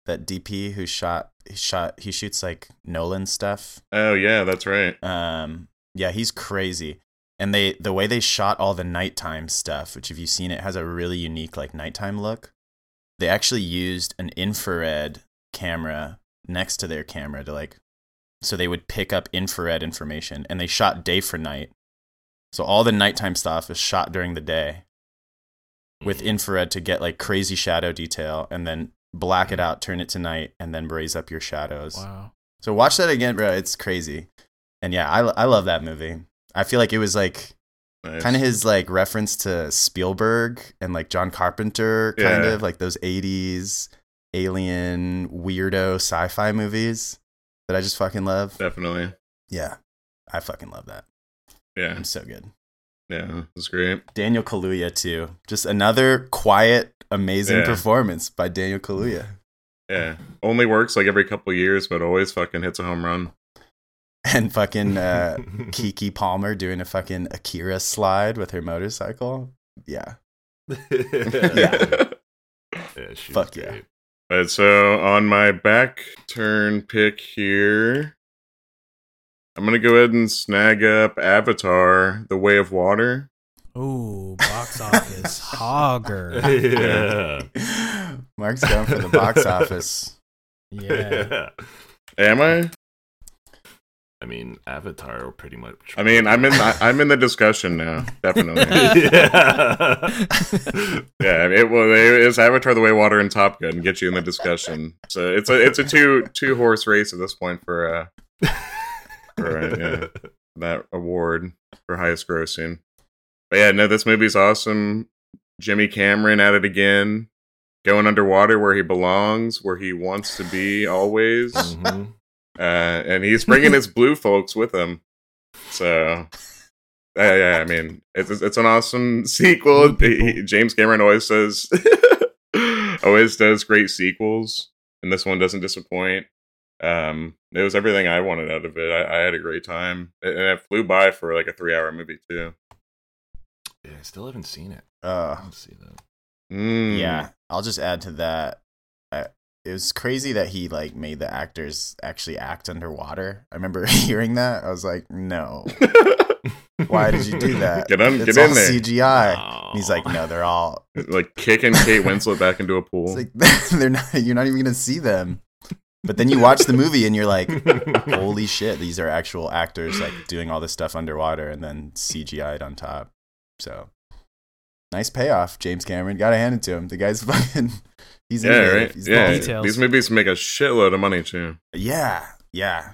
that DP who shot he shot he shoots like Nolan stuff.
Oh yeah, that's right.
Um, yeah, he's crazy. And they the way they shot all the nighttime stuff, which if you've seen it has a really unique like nighttime look. They actually used an infrared camera next to their camera to like so they would pick up infrared information and they shot day for night. So all the nighttime stuff is shot during the day with
Mm-hmm.
infrared to get like crazy shadow detail and then black it out, turn it to night and then raise up your shadows.
Wow.
So watch that again, bro. It's crazy. And yeah, I, I love that movie. I feel like it was like
Nice.
kind of his like reference to Spielberg and like John Carpenter, kind
Yeah.
of like those 80s alien weirdo sci fi movies that I just fucking love.
definitely.
Yeah. I fucking love that.
Yeah,
I'm so good.
yeah, that's great.
Daniel Kaluuya, too. Just another quiet, amazing
Yeah.
performance by Daniel Kaluuya.
Yeah, only works like every couple years, but always fucking hits a home run.
And fucking uh, Kiki Palmer doing a fucking Akira slide with her motorcycle. Yeah.
yeah. she was
Fuck yeah.
great.
But so on my back turn pick here, I'm gonna go ahead and snag up Avatar: The Way of Water.
Ooh, box office hogger.
yeah.
Mark's going for the box office.
Yeah.
Am I?
I mean, Avatar will pretty much.
I mean, I'm in. I, I'm in the discussion now. Definitely.
yeah.
Yeah, I mean, it well, it- it's Avatar: The Way of Water and Top Gun get you in the discussion. So it's a it's a two two horse race at this point for uh Right, yeah. that award for highest grossing. But yeah, no, this movie's awesome. Jimmy Cameron at it again, going underwater where he belongs, where he wants to be always, uh,
Mhm.
and he's bringing his blue folks with him. So. uh, yeah, I mean, it's it's- it's an awesome sequel. He- James Cameron always says, always does great sequels, and this one doesn't disappoint um it was everything i wanted out of it i, I had a great time A- and it flew by for like a three hour movie too
Yeah, I still haven't seen it. I
Uh,
don't see that.
Mm.
yeah, I'll just add to that. I, it was crazy that he like made the actors actually act underwater. I remember hearing that. I was like, no, why did you do that?
Get un-
it's
get
all
in there.
CGI. And he's like, no, they're all.
like kicking kate winslet back into a pool
It's like they're not. You're not even gonna see them. But then you watch the movie and you're like, holy shit, these are actual actors like doing all this stuff underwater and then CGI'd on top. So nice payoff, James Cameron. Gotta hand it to him. The guy's fucking he's
yeah
innovative.
right
He's
yeah
ballsy.
details.
these movies make a shitload of money too
Yeah. Yeah.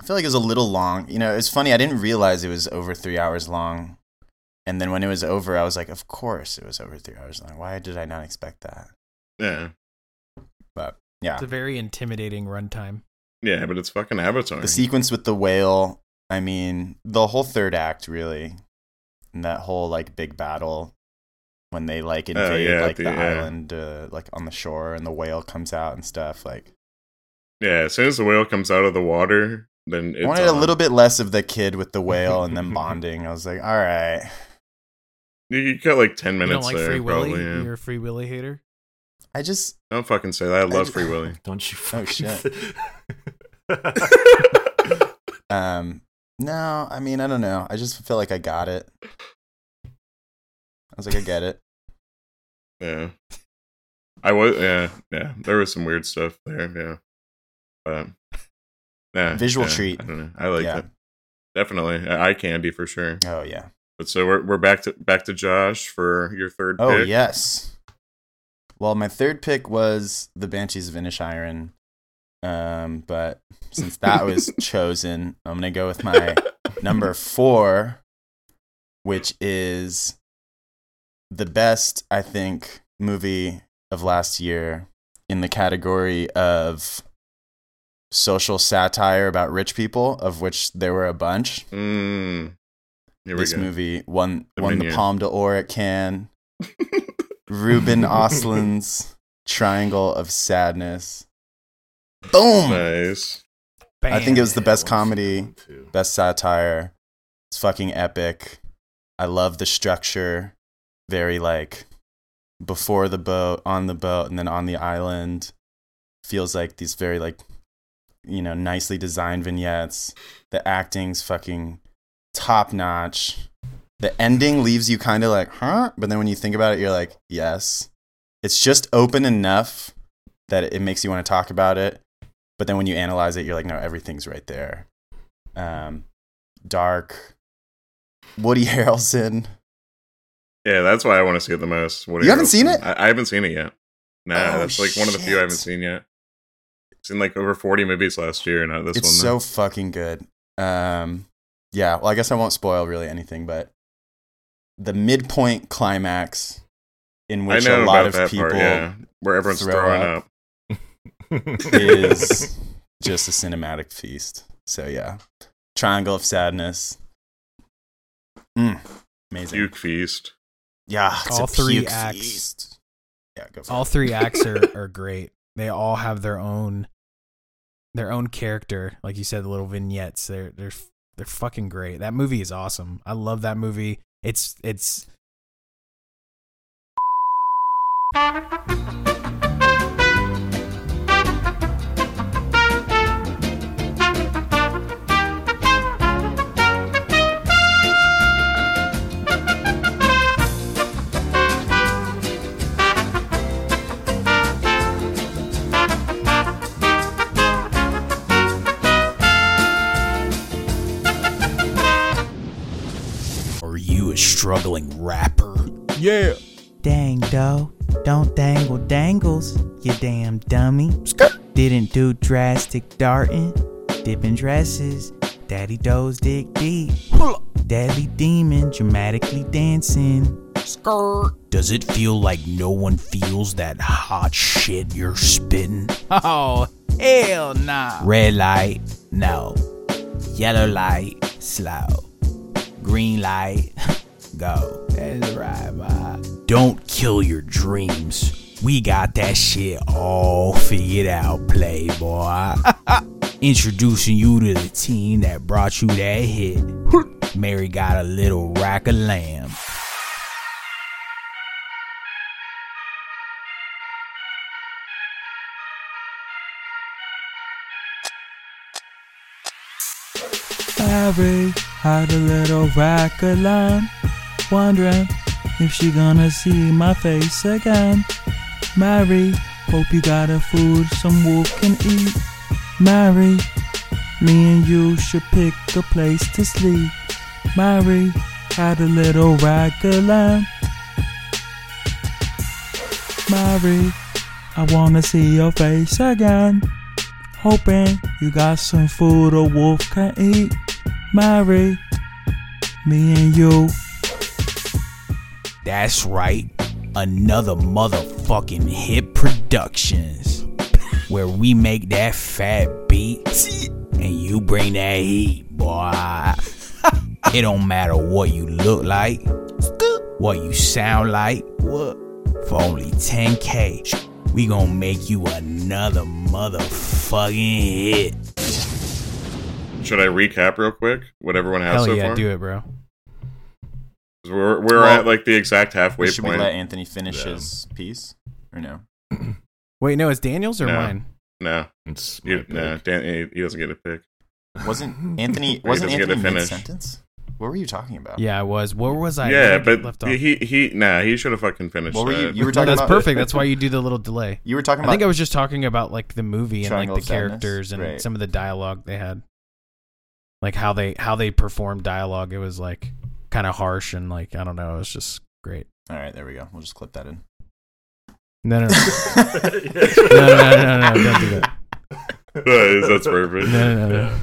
I feel like it was a little long. You know, it's funny, I didn't realize it was over three hours long. And then when it was over, I was like, Of course it was over three hours long. Why did I not expect that?
yeah
But yeah.
It's a very intimidating runtime.
yeah but it's fucking avatar
The sequence with the whale, I mean, the whole third act really. And that whole like big battle when they like invade
Oh, yeah, at
like
the-
the,
yeah.
island uh, like on the shore and the whale comes out and stuff like
yeah as soon as the whale comes out of the water then it's
I wanted
on.
a little bit less of the kid with the whale and them bonding. I was like, all right.
you, you got like 10
You don't
minutes
like
there
Free Willy?
probably yeah.
You're a Free Willy hater?
I just
don't fucking say that i love
I-
free willy
Don't you
Oh,
fucking
shit. um no, I mean, I don't know. I just feel like I got it. I was like, I get it.
Yeah. I was yeah, yeah. There was some weird stuff there, yeah. But yeah,
Visual
yeah,
treat.
I don't know. I like
yeah.
it. Definitely. I- Eye candy for sure.
Oh yeah.
But so we're we're back to back to Josh for your third
Oh
pick.
yes. Well, my third pick was the Banshees of Inishiren, um, but since that was chosen, I'm gonna go with my number four, which is the best I think movie of last year in the category of social satire about rich people, of which there were a bunch.
Mm. Here
this
we go.
movie won
The
won
Minion.
the Palme d'Or at Cannes. Ruben Ostlund's Triangle of Sadness. Boom!
Nice.
I think it was the best
Once
comedy.
and two.
Best satire. It's fucking epic. I love the structure. Very like before the boat, on the boat, and then on the island. Feels like these very like you know, nicely designed vignettes. The acting's fucking top notch. The ending leaves you kind of like, huh? But then when you think about it, you're like, yes. It's just open enough that it makes you want to talk about it. But then when you analyze it, you're like, no, everything's right there. Um, dark. Woody Harrelson.
Yeah, that's why I want to see it the most. Woody
You haven't
Harrelson.
seen it?
I, I haven't seen it yet. Nah,
Oh,
that's like one of the few
shit.
I haven't seen yet. Seen like over forty movies last year, not this
it's
one.
so
though.
fucking good. Um, yeah. Well, I guess I won't spoil really anything, but the midpoint climax in which
I know
a
about
lot of
that
people
part. Yeah, where everyone's
throw
throwing
up.
up.
is just a cinematic feast. So yeah, Triangle of Sadness. Mm, amazing.
Puke feast.
yeah, it's
All
a
three
puke
acts.
feast. Yeah, go for
all
it.
three acts are, are great. They all have their own their own character. Like you said, the little vignettes. They're they're they're fucking great. That movie is awesome. I love that movie. It's it's
Are you a struggling rapper?
Yeah.
Dang, doe. Don't dangle dangles, you damn dummy. Didn't do drastic darting, dipping dresses. Daddy does dig deep. Deadly demon, dramatically dancing.
Does it feel like no one feels that hot shit you're spitting?
Oh, hell nah.
Red light, no. Yellow light, slow. Green light, go.
That's right, ma.
Don't kill your dreams. We got that shit all figured out, playboy. Introducing you to the team that brought you that hit. Mary got a little rack of lamb.
Mary had a little rack of lamb, wondering if she gonna see my face again. Mary, hope you got a food some wolf can eat. Mary, me and you should pick a place to sleep. Mary had a little rack of lamb. Mary, I wanna see your face again. Hoping you got some food a wolf can eat. Mary, me and you.
That's right, another motherfucking hit productions where we make that fat beat and you bring that heat, boy. it don't matter what you look like, what you sound like. What? For only 10k, we gonna make you another motherfucking hit.
Should I recap real quick what everyone has
hell
so
yeah,
far?
do it, bro.
'Cause We're we're
Well,
at like the exact halfway
Should we
point.
let Anthony finish
Yeah.
his piece or no?
Wait, no, it's Daniels or
No.
mine.
no,
It's my
you, no,
pick.
Dan, he, he doesn't get a pick.
Wasn't Anthony?
He
wasn't
doesn't get to
Anthony mid
finish.
sentence? What were you talking about?
Yeah, I was. Where was I? Where
yeah,
did I get
but he he nah, he should have fucking finished.
What were you?
that.
You were
No,
talking
that's
about.
perfect. That's why you do the little delay.
You were talking
I
about.
think I was just talking about like the movie and like
Triangle
the
of Sadness?
characters and
Right.
some of the dialogue they had, like how they how they performed dialogue. It was like kind of harsh and like I don't know. It was just great.
All right, there we go. We'll just clip that in.
No, no, no, no, no, no, no, no, don't do that.
That is- that's perfect.
No, no, no, no.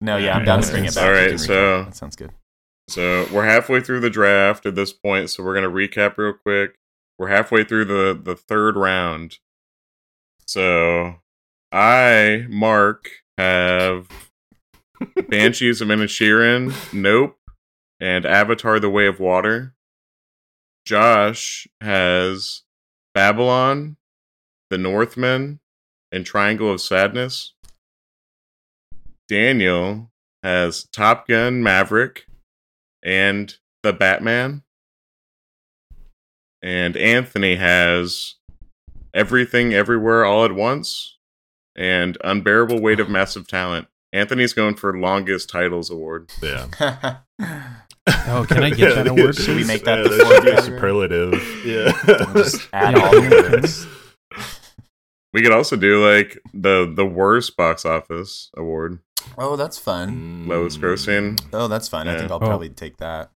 No, yeah,
Yeah,
I'm down
that's
to bring
good.
it back.
All
You
right,
can
so-
recap. that sounds good.
So we're halfway through the draft at this point, so we're gonna recap real quick. We're halfway through the the third round. So I, Mark, have Banshees of Inishirin, Nope, and Avatar The Way of Water. Josh has Babylon, The Northmen, and Triangle of Sadness. Daniel has Top Gun Maverick and The Batman. And Anthony has Everything Everywhere All at Once and Unbearable Weight of Massive Talent. Anthony's going for longest titles award.
Yeah.
Oh, can I get that
Yeah,
award,
that
please?
is-
Make that
yeah,
the
that
fourth
should be a
category.
superlative.
We'll just add
Yeah.
all the lyrics.
We could also do like the the worst box office award.
Oh, that's fun.
Lowest
Mm.
grossing.
Oh, that's fun. I think
Yeah.
I'll probably take that.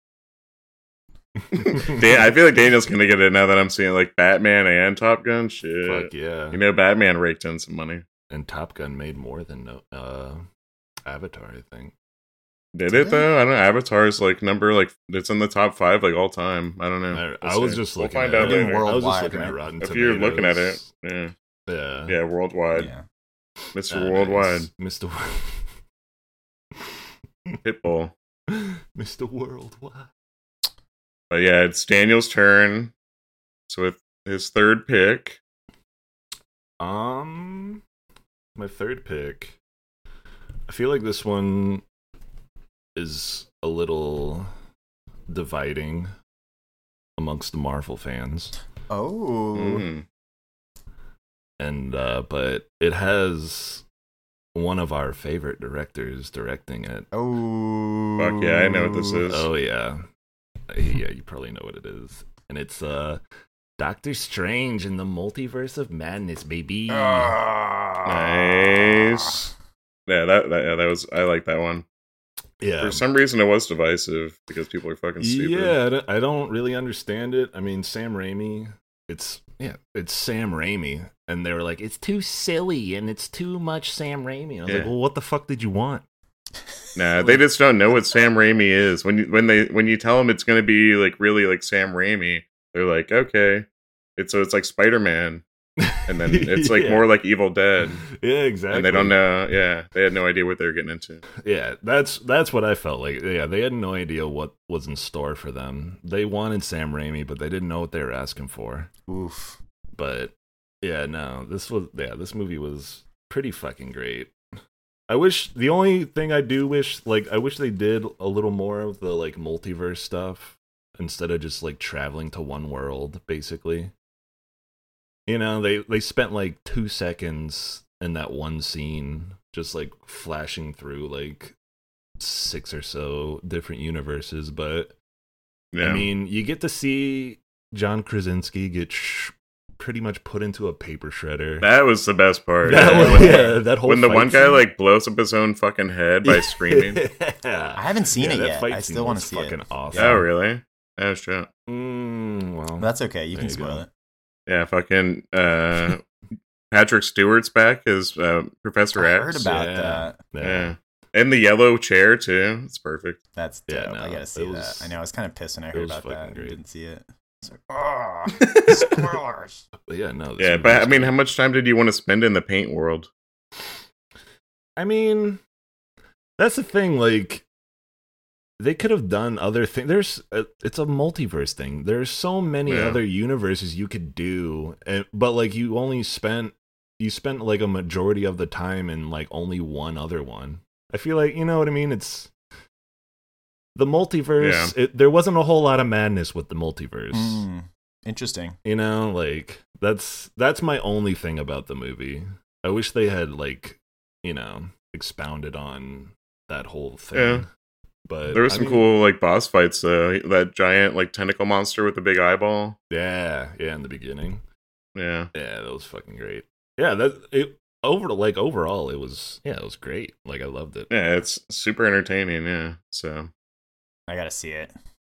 Dan- I feel like Daniel's gonna get it now that I'm seeing like Batman and Top Gun. Shit,
Fuck yeah.
you know Batman raked in some money.
And Top Gun made more than no, uh, Avatar, I think.
Did
Did
it
it?
though? I don't know. Avatar's like number like it's in the top five like all time. I don't know.
I, I was just
We'll
looking
find
at
out
it.
later.
I was just
Worldwide,
looking
right?
at Rotten
If
Tomatoes.
you're looking at it, yeah,
uh, Yeah.
yeah, worldwide,
Yeah.
Mr.
Uh,
Worldwide,
it's Mr. Wor-
Pitbull.
Mr. Worldwide.
But yeah, it's Daniel's turn. So with his third pick,
Um, my third pick. I feel like this one is a little dividing amongst the Marvel fans,
Oh,
mm,
and uh, but it has one of our favorite directors directing it.
oh,
Fuck yeah, I know what this is.
Oh yeah, Uh, yeah. You probably know what it is, and it's uh Doctor Strange in the Multiverse of Madness, baby.
Ah,
Ah.
nice. Yeah, that, that yeah, that was I like that one.
yeah.
For some reason, it was divisive because people are fucking stupid.
Yeah, I don't- I don't really understand it. I mean, Sam Raimi, it's yeah, it's Sam Raimi, and they were like, it's too silly and it's too much Sam Raimi. I was like,
Yeah.
well, what the fuck did you want?
Nah, they just don't know what Sam Raimi is. When you when they when you tell them it's gonna be like really like Sam Raimi, they're like, okay. It's so it's like Spider Man, and then it's like
Yeah.
more like Evil Dead,
Yeah, exactly.
and they don't know. Yeah, they had no idea what they were getting into.
Yeah, that's that's what I felt like. Yeah, they had no idea what was in store for them. They wanted Sam Raimi, but they didn't know what they were asking for.
Oof.
but yeah, no, this was yeah, this movie was pretty fucking great. I wish the only thing I do wish like I wish they did a little more of the like multiverse stuff instead of just like traveling to one world basically. You know, they they spent like 2 seconds in that one scene just like flashing through like six or so different universes, but
Yeah,
I mean, you get to see John Krasinski get sh- pretty much put into a paper shredder.
that was the best part.
That
Yeah,
was-
when,
yeah, that whole
when the
fight
one guy
scene.
like blows up his own fucking head by screaming.
yeah.
I haven't seen
Yeah,
it
that
yet.
fight
I
scene
still want
was
to see it.
fucking awesome.
Yeah.
Oh really? Oh shit.
Mm, well,
That's okay. You
There
can
you
spoil
go.
it.
Yeah, fucking uh, Patrick Stewart's back as uh, Professor
I
X.
heard about
Yeah.
that.
Yeah. And the yellow chair too. It's perfect.
That's
Yeah,
dope. I
no,
gotta
it
see
was-
that. I know. I was kind of pissed when I
it
heard
was
about that.
fucking
and
great.
Didn't see it. It's like,
Spoilers. But yeah, no. this
yeah,
movie
but
was
I mean,
great.
how much time did you want to spend in the paint world?
I mean, that's the thing. Like, they could have done other things. There's, uh, it's a multiverse thing. There's so many
Yeah.
other universes you could do, and but like you only spent, you spent like a majority of the time in like only one other one. I feel like you know what I mean. It's the multiverse. It, there wasn't a whole lot of madness with the multiverse.
Hmm. interesting.
You know, like that's that's my only thing about the movie. I wish they had like, you know, expounded on that whole thing.
Yeah.
But
There were
I
some
mean,
cool like boss fights though. That giant like tentacle monster with the big eyeball.
Yeah, yeah, in the beginning.
Yeah,
Yeah, that was fucking great. Yeah, that it over like overall it was yeah, it was great. Like I loved it.
yeah, it's super entertaining. Yeah, so
I gotta see it.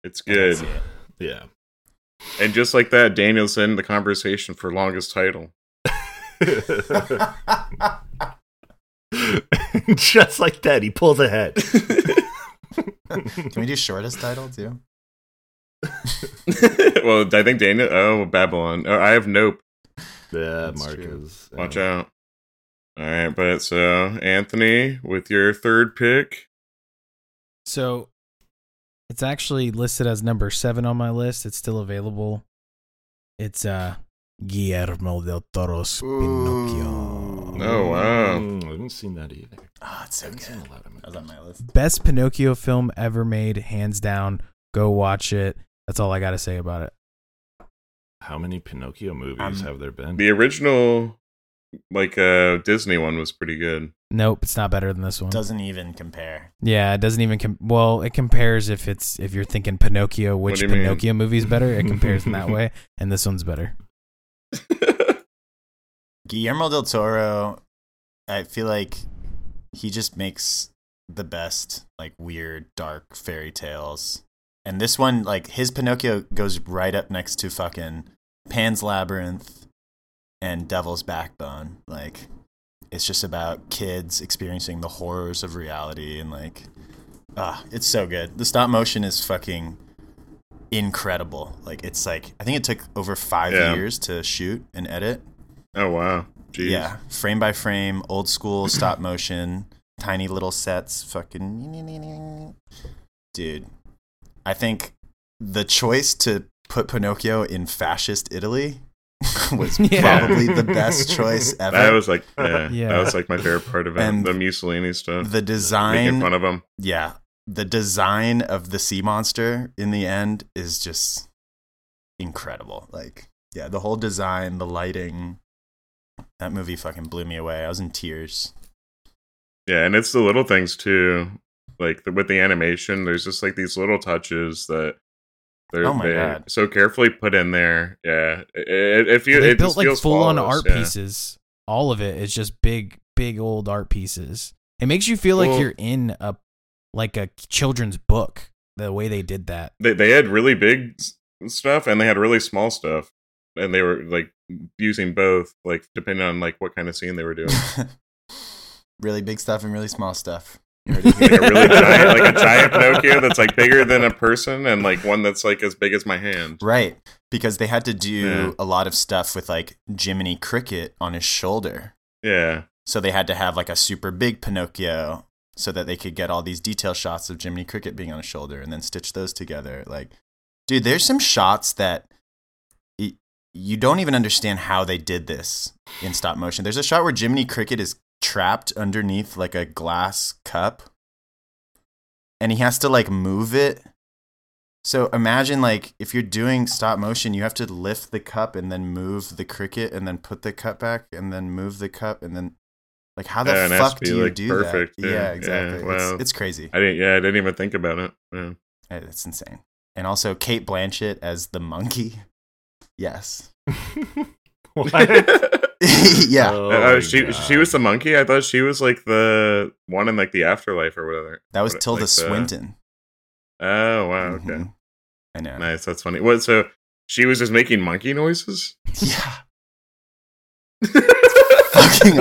it's
I gotta
good.
see it.
Yeah.
And just like that, Daniel's in the conversation for longest title.
Just like that, he pulls ahead.
Can we do shortest title too?
well, I think Daniel. Oh, Babylon. Oh, I have nope.
yeah,
That's true.
Marcus.
Watch out. All right, but so Anthony, with your third pick,
So it's actually listed as number seven on my list. It's still available. It's uh Guillermo del Toro's Pinocchio.
Oh, wow.
Mm, I haven't seen that either.
Oh, it's so
I haven't seen
good.
a lot of
That was on
movies.
my list.
Best Pinocchio film ever made, hands down. Go watch it. That's all I got to say about it.
How many Pinocchio movies
Um,
have there been?
the original, like uh, Disney one, was pretty good.
Nope, it's not better than this one.
Doesn't even compare.
yeah, it doesn't even com- well, it compares if it's if you're thinking Pinocchio, which
do you mean?
Pinocchio movie's better, it compares in that way, and this one's better.
Guillermo del Toro, I feel like he just makes the best like weird dark fairy tales. And this one, like his Pinocchio goes right up next to fucking Pan's Labyrinth and Devil's Backbone. Like it's just about kids experiencing the horrors of reality and like ah, it's so good. The stop motion is fucking incredible. Like it's like I think it took over 5
Yeah.
years to shoot and edit.
oh wow, jeez,
Yeah, frame by frame, old school stop motion, tiny little sets, fucking dude. I think the choice to put Pinocchio in fascist Italy was
Yeah.
probably the best choice ever.
that was like yeah,
Yeah.
that was like my favorite part of it,
And
the Mussolini stuff,
the
making
design.
fun of him.
yeah, the design of the sea monster in the end is just incredible. Like, yeah, the whole design, the lighting. That movie fucking blew me away. I was in tears.
Yeah, and it's the little things too. Like the, with the animation, there's just like these little touches that they're,
Oh my
they're
God.
so carefully put in there. Yeah, it, it, it, feel-
they
it
built
just
like
feels
full on
flawless,
art
yeah.
pieces. All of it is just big, big old art pieces. It makes you feel like
Well-
you're in a like a children's book. The way they did that.
They they had really big s- stuff and they had really small stuff, and they were like using both, like depending on like what kind of scene they were doing.
really big stuff and really small stuff.
like a really giant, like a giant Pinocchio that's like bigger than a person, and like one that's like as big as my hand.
Right. Because they had to do
Yeah.
a lot of stuff with like Jiminy Cricket on his shoulder.
Yeah,
So they had to have like a super big Pinocchio so that they could get all these detail shots of Jiminy Cricket being on his shoulder and then stitch those together. Like, dude, there's some shots that y- you don't even understand how they did this in stop motion. There's a shot where Jiminy Cricket is trapped underneath like a glass cup and he has to like move it. So imagine like if you're doing stop motion, you have to lift the cup and then move the cricket and then put the cup back and then move the cup and then like how the
Yeah, and it has to
fuck
be,
do you
like,
do
perfect,
that?
yeah,
Yeah,
yeah,
exactly.
wow.
it's, it's crazy.
I didn't. Yeah, I didn't even think about it. Yeah.
Uh, It's insane. And also Kate Blanchett as the monkey. Yes.
What?
yeah.
Oh
Oh,
my
she
God.
she was the monkey. I thought she was like the one in like the afterlife or whatever.
that was
What-
Tilda
like the-
Swinton.
Oh wow, okay,
Mhm. I know.
nice. That's funny. What? So she was just making monkey noises.
Yeah. Fucking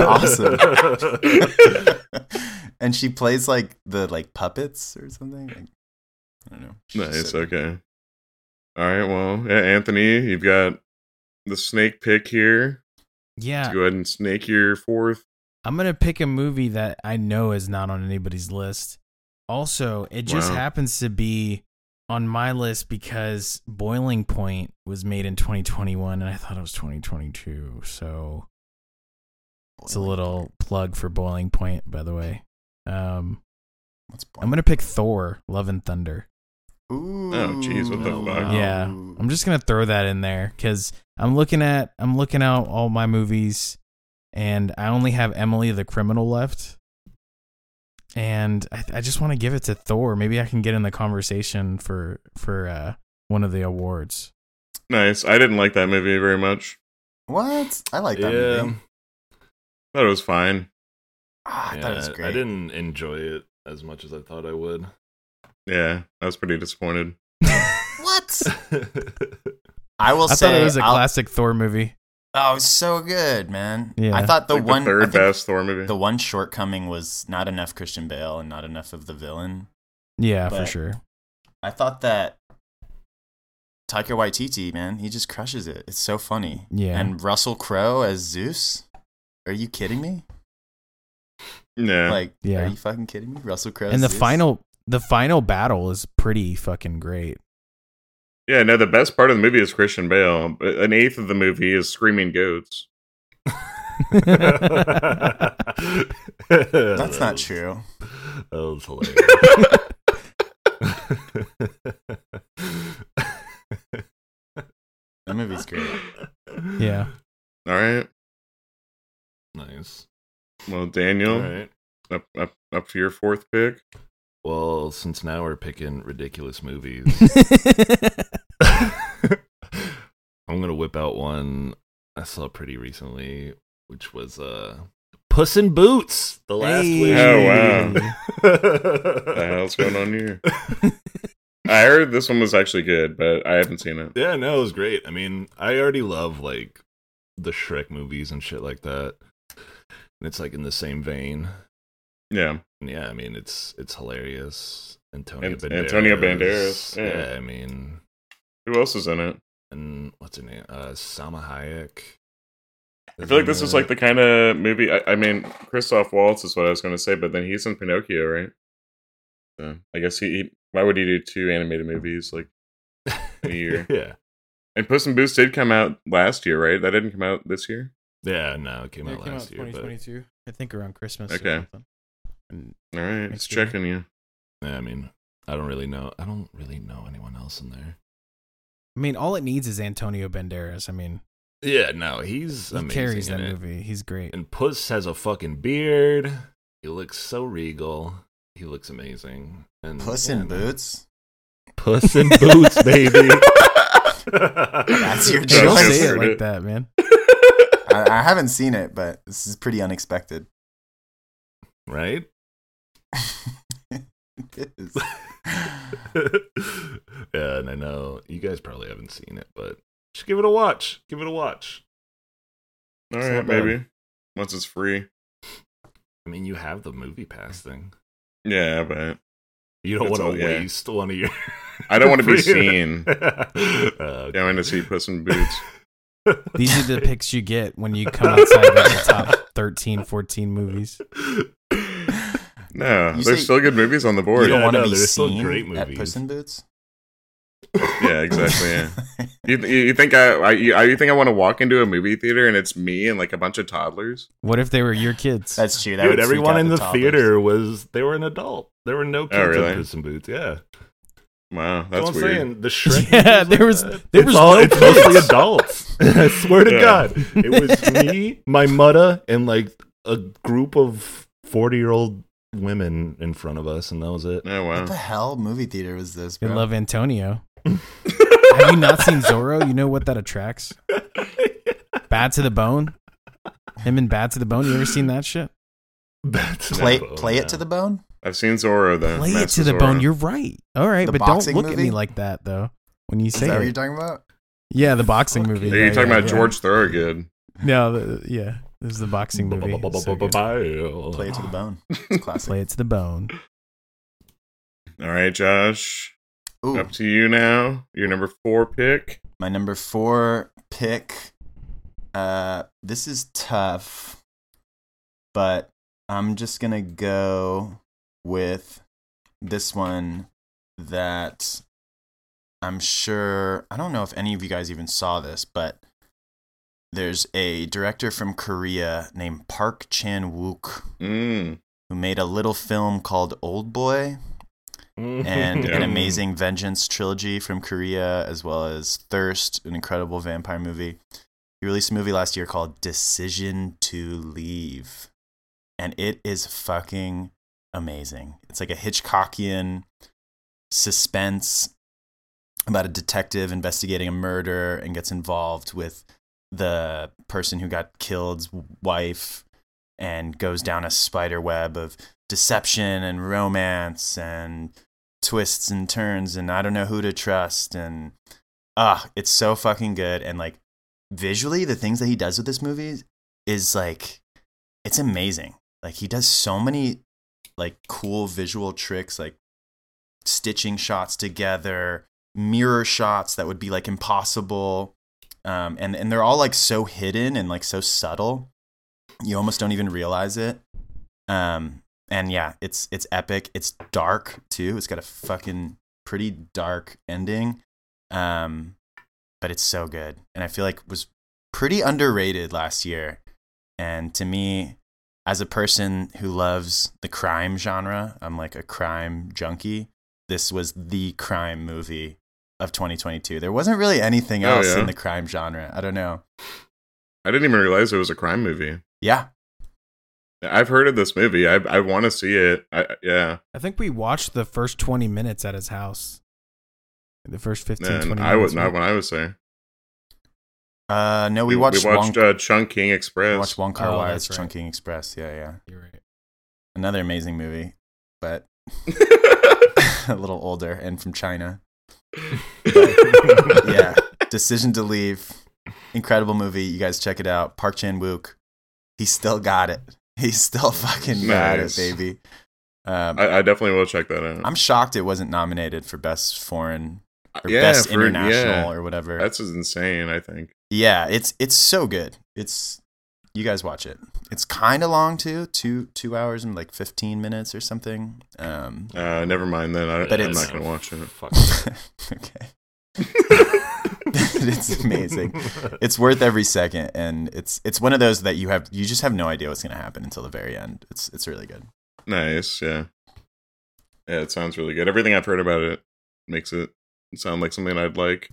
awesome. and she plays like the like puppets or something. Like, I don't know. She's
nice.
so-
Okay. All right. Well, yeah, Anthony, you've got the snake pick here.
Yeah,
Go ahead and snake your fourth.
I'm gonna pick a movie that I know is not on anybody's list. Also, it just
Wow.
happens to be on my list because Boiling Point was made in 2021, and I thought it was 2022. So it's a little plug for Boiling Point, by the way. Um,
What's
I'm gonna pick Thor: Love and Thunder.
Ooh.
Oh, jeez, what
the fuck?
Yeah, I'm just gonna throw that in there because I'm looking at I'm looking out all my movies, and I only have Emily the Criminal left, and I, I just want to give it to Thor. Maybe I can get in the conversation for for uh, one of the awards.
Nice. I didn't like that movie very much.
What? I like that
yeah,
movie.
Thought it was fine.
Ah, I thought it was
yeah,
great.
I didn't enjoy it as much as I thought I would.
Yeah, I was pretty disappointed.
What? I will
I
say.
thought it was a
I'll-
classic Thor movie.
Oh, it was so good, man.
Yeah.
I thought the
Like,
one
the
I
third
think
best Thor movie.
The one shortcoming was not enough Christian Bale and not enough of the villain.
Yeah, for
But-
sure.
I thought that Taika Waititi, man, he just crushes it. It's so funny.
Yeah.
And Russell Crowe as Zeus? Are you kidding me?
Yeah.
Like,
Yeah.
are you fucking kidding me? Russell Crowe.
and the
Zeus?
final the final battle is pretty fucking great.
yeah, no, the best part of the movie is Christian Bale. but An eighth of the movie is Screaming Goats.
That's not true.
That was hilarious.
That movie's great.
Yeah.
All right.
Nice.
Well,
All
Daniel,
right.
up, up, up to your fourth pick.
Well, since now we're picking ridiculous movies, I'm gonna whip out one I saw pretty recently, which was uh Puss in Boots. The last
Hey.
one.
Oh, wow.
the
What the hell's going on here? I heard this one was actually good, but I haven't seen it.
Yeah, no, it was great. I mean, I already love like the Shrek movies and shit like that. And it's like in the same vein.
Yeah.
And yeah, I mean it's it's hilarious. Antonio
Ant-
Banderas.
Antonio Banderas, yeah.
yeah, I mean
Who else is in it?
and what's her name? Uh, Sama Hayek.
I feel like this is like the kind of movie. I, I mean, Christoph Waltz is what I was going to say, but then he's in Pinocchio, right? So I guess he, he. Why would he do two animated movies? Like, the year.
yeah,
and Puss in Boots did come out last year, right? That didn't come out this year.
yeah. No, it came out last year. But,
2022. I think around Christmas.
or Okay. All right,
Next
it's
year.
checking you.
yeah, I mean, I don't really know. I don't really know anyone else in there.
I mean, all it needs is Antonio Banderas. I mean,
Yeah, no, he's
he
amazing
carries
in
that
it.
movie. He's great.
And Puss has a fucking beard. He looks so regal. He looks amazing. And
Puss
yeah,
in
no.
Boots.
Puss in Boots, baby.
That's your
That's
Don't
choice.
just-
say it
heard it.
like that, man.
I, I haven't seen it, but this is pretty unexpected.
right.
It is.
yeah, and I know you guys probably haven't seen it, but just give it a watch. Give it a watch.
All
It's
right,
not bad.
maybe once it's free.
I mean, you have the movie pass thing.
Yeah, but
You don't
It's
want
all-
to
yeah.
waste one of your.
I don't want to be
Free.
seen.
Uh,
I want to see Puss in Boots.
These are the picks you get when you come outside of the top 13, 14 movies.
No,
You
there's
say-
still good movies on the
You
board.
don't
Yeah,
want to
no,
be
they're still
seen
great
at
movies.
Puss in Boots.
Yeah, exactly. Yeah. You, th- you think I, I you, I- you think I want to walk into a movie theater and it's me and like a bunch of toddlers?
What if they were your kids?
That's true. That
Dude,
would freak
everyone
out
in the,
toddlers.
theater was they were an adult. There were no kids
really?
in Puss in Boots. Yeah,
Wow, that's
that's what I'm
weird.
saying. The Shrek.
Yeah,
movies
there
like
was-
that.
there
It's
was
all,
no
It's mostly adults. I swear to
Yeah.
God, it was me, my mutta, and like a group of forty-year-old women in front of us, and that was it.
Oh
What the
wow,
hell movie theater was this?
They
Bro?
love Antonio. Have you not seen Zorro? You know what that attracts? Bad to the Bone. Him and Bad to the Bone. You ever seen that shit?
That's Oh,
play
not-
play it to the bone.
I've seen Zorro though.
Play it
Master
to the
Zorro.
bone. You're right. All right,
The
but don't
boxing
look at me
movie?
like that though. When you
Is
say
that what
it.
you're talking about?
yeah, the boxing
Fuck
movie.
Are
Yeah,
you talking
yeah,
about
yeah.
George Thorogood?
No, the, yeah, this is the boxing movie. It's so good.
Ba-ba-ba-ba-ba-ba-ba.
Play it to the bone. It's classic.
Play it to the bone.
All right, Josh,
Ooh,
up to you now. Your number four pick.
my number four pick. Uh, this is tough, but I'm just gonna go with this one that I'm sure I don't know if any of you guys even saw this, but there's a director from Korea named Park Chan Wook
Mm.
who made a little film called Old Boy and
Yeah.
an amazing Vengeance trilogy from Korea, as well as Thirst, an incredible vampire movie. He released a movie last year called Decision to Leave, and it is fucking amazing. It's like a Hitchcockian suspense about a detective investigating a murder and gets involved with the person who got killed's wife and goes down a spider web of deception and romance and twists and turns and I don't know who to trust and ah, it's so fucking good and like visually the things that he does with this movie is like it's amazing. Like he does so many like cool visual tricks like stitching shots together, mirror shots that would be like impossible. Um and and they're all like so hidden and like so subtle. You almost don't even realize it. Um, and yeah, it's it's epic. It's dark too. It's got a fucking pretty dark ending. Um, but it's so good, and I feel like was pretty underrated last year. And to me, as a person who loves the crime genre, I'm like a crime junkie. This was the crime movie of 2022. There wasn't really anything
Oh,
else
yeah.
in the crime genre. I don't know.
I didn't even realize it was a crime movie.
Yeah,
I've heard of this movie. I I want to see it. I, I- yeah,
I think we watched the first 20 minutes at his house. The first 15, 20
and
minutes.
I was not
right?
when I was there.
Uh, no, we watched,
we watched
Wong,
uh, Chung King
we
Express.
watched Wong Kar
Oh,
Wai's
that's right.
Chunking Express. Yeah, yeah,
You're right.
another amazing movie, but a little older and from China. Yeah, Decision to Leave, incredible movie. You guys check it out. Park Chan Wook, he still got it. He still fucking got it,
Nice.
baby. Um,
I, I definitely will check that out.
I'm shocked it wasn't nominated for best foreign or
Yeah,
best
for- yeah.
international or whatever.
That's just insane. I think.
Yeah, it's it's so good. It's you guys watch it. It's kind of long too, two two hours and like fifteen minutes or something. Um,
Uh, never mind then. I,
But
I'm
it's-
not gonna watch it.
Fuck.
okay, it's amazing. It's worth every second, and it's it's one of those that you have you just have no idea what's gonna happen until the very end. It's it's really good.
Nice. Yeah. Yeah, it sounds really good. Everything I've heard about it makes it sound like something I'd like.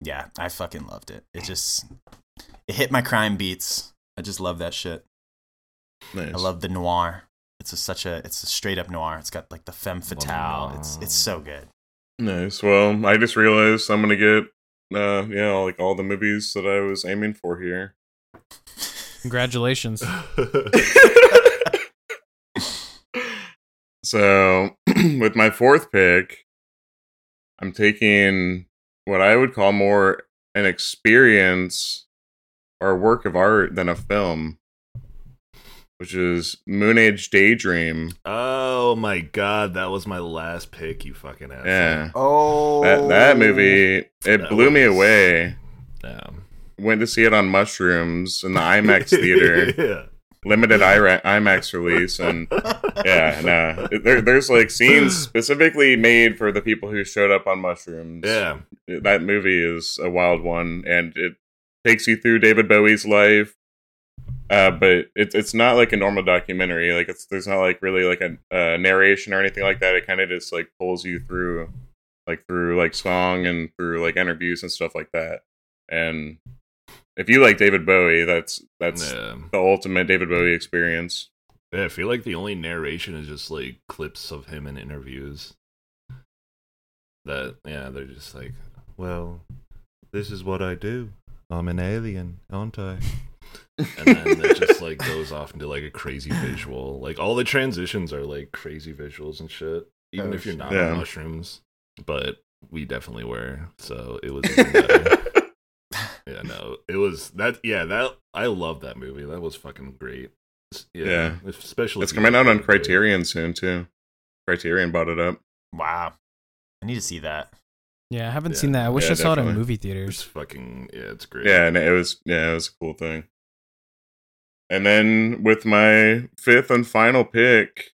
Yeah, I fucking loved it. It just it hit my crime beats. I just love that shit.
Nice.
I love the noir. It's a, such a it's a straight up noir. It's got like the femme fatale. It's it's so good.
Nice. Well, I just realized I'm gonna get uh yeah, like all the movies that I was aiming for here.
Congratulations.
so with my fourth pick, I'm taking what I would call more an experience or a work of art than a film, which is Moon Age Daydream.
oh my god, that was my last pick. You fucking asshole.
Yeah.
Oh,
That that movie it
That
blew me
was-
away.
Damn.
Went to see it on mushrooms in the IMAX theater.
yeah.
limited IRA- IMAX release, and yeah, no, there, there's like scenes specifically made for the people who showed up on mushrooms.
Yeah.
that movie is a wild one, and it takes you through David Bowie's life. Uh, but it's it's not like a normal documentary. Like it's there's not like really like a uh, narration or anything like that. It kind of just like pulls you through, like through like song and through like interviews and stuff like that. And if you like David Bowie, that's that's
yeah.
the ultimate David Bowie experience.
Yeah, I feel like the only narration is just like clips of him in interviews. That yeah, they're just like, well, this is what I do. I'm an alien, aren't I? And then it just like goes off into like a crazy visual. Like all the transitions are like crazy visuals and shit. Even
Oh,
if you're
shit.
not
Yeah.
on mushrooms, but we definitely were, so it was. even better. yeah, no, it was that. Yeah, that I love that movie. That was fucking great. Yeah,
Yeah.
especially
it's
if you
coming
like
out on
David Bowie.
Criterion soon too. Criterion bought it up.
Wow, I need to see that.
Yeah, I haven't
Yeah.
seen that. I wish
Yeah,
I saw it in
definitely.
movie
It's
theaters.
fucking yeah, it's great.
Yeah, and it was yeah, it was a cool thing. And then with my fifth and final pick,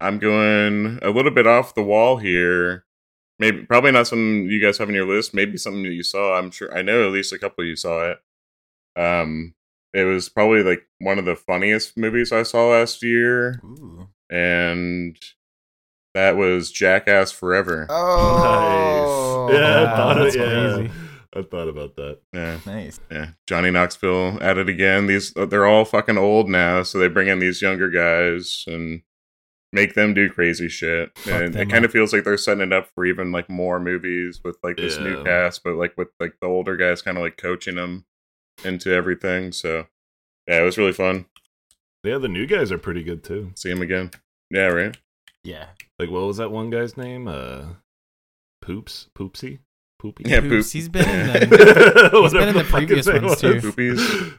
I'm going a little bit off the wall here. Maybe probably not something you guys have on your list. Maybe something that you saw. I'm sure I know at least a couple of you saw it. Um, it was probably like one of the funniest movies I saw last year,
Ooh.
and that was Jackass Forever.
nice. Yeah, I
Wow,
thought
Oh, that's
it, yeah.
crazy.
I thought about that.
Yeah.
nice.
Yeah, Johnny Knoxville at it again. These uh, they're all fucking old now, so they bring in these younger guys and make them do crazy shit.
Fuck
and
them
it kind
up.
of feels like they're setting it up for even like more movies with like this new
Yeah.
cast, but like with like the older guys kind of like coaching them into everything. So yeah, it was really fun.
Yeah, the new guys are pretty good too.
See him again. Yeah, right.
Yeah,
Like what was that one guy's name? Uh Poops? Poopsy? Poopy?
Yeah, poop.
Poops, he's been in
Yeah.
them.
Whatever
been in the
fucking
previous
thing
ones, too.
was.
Poopies.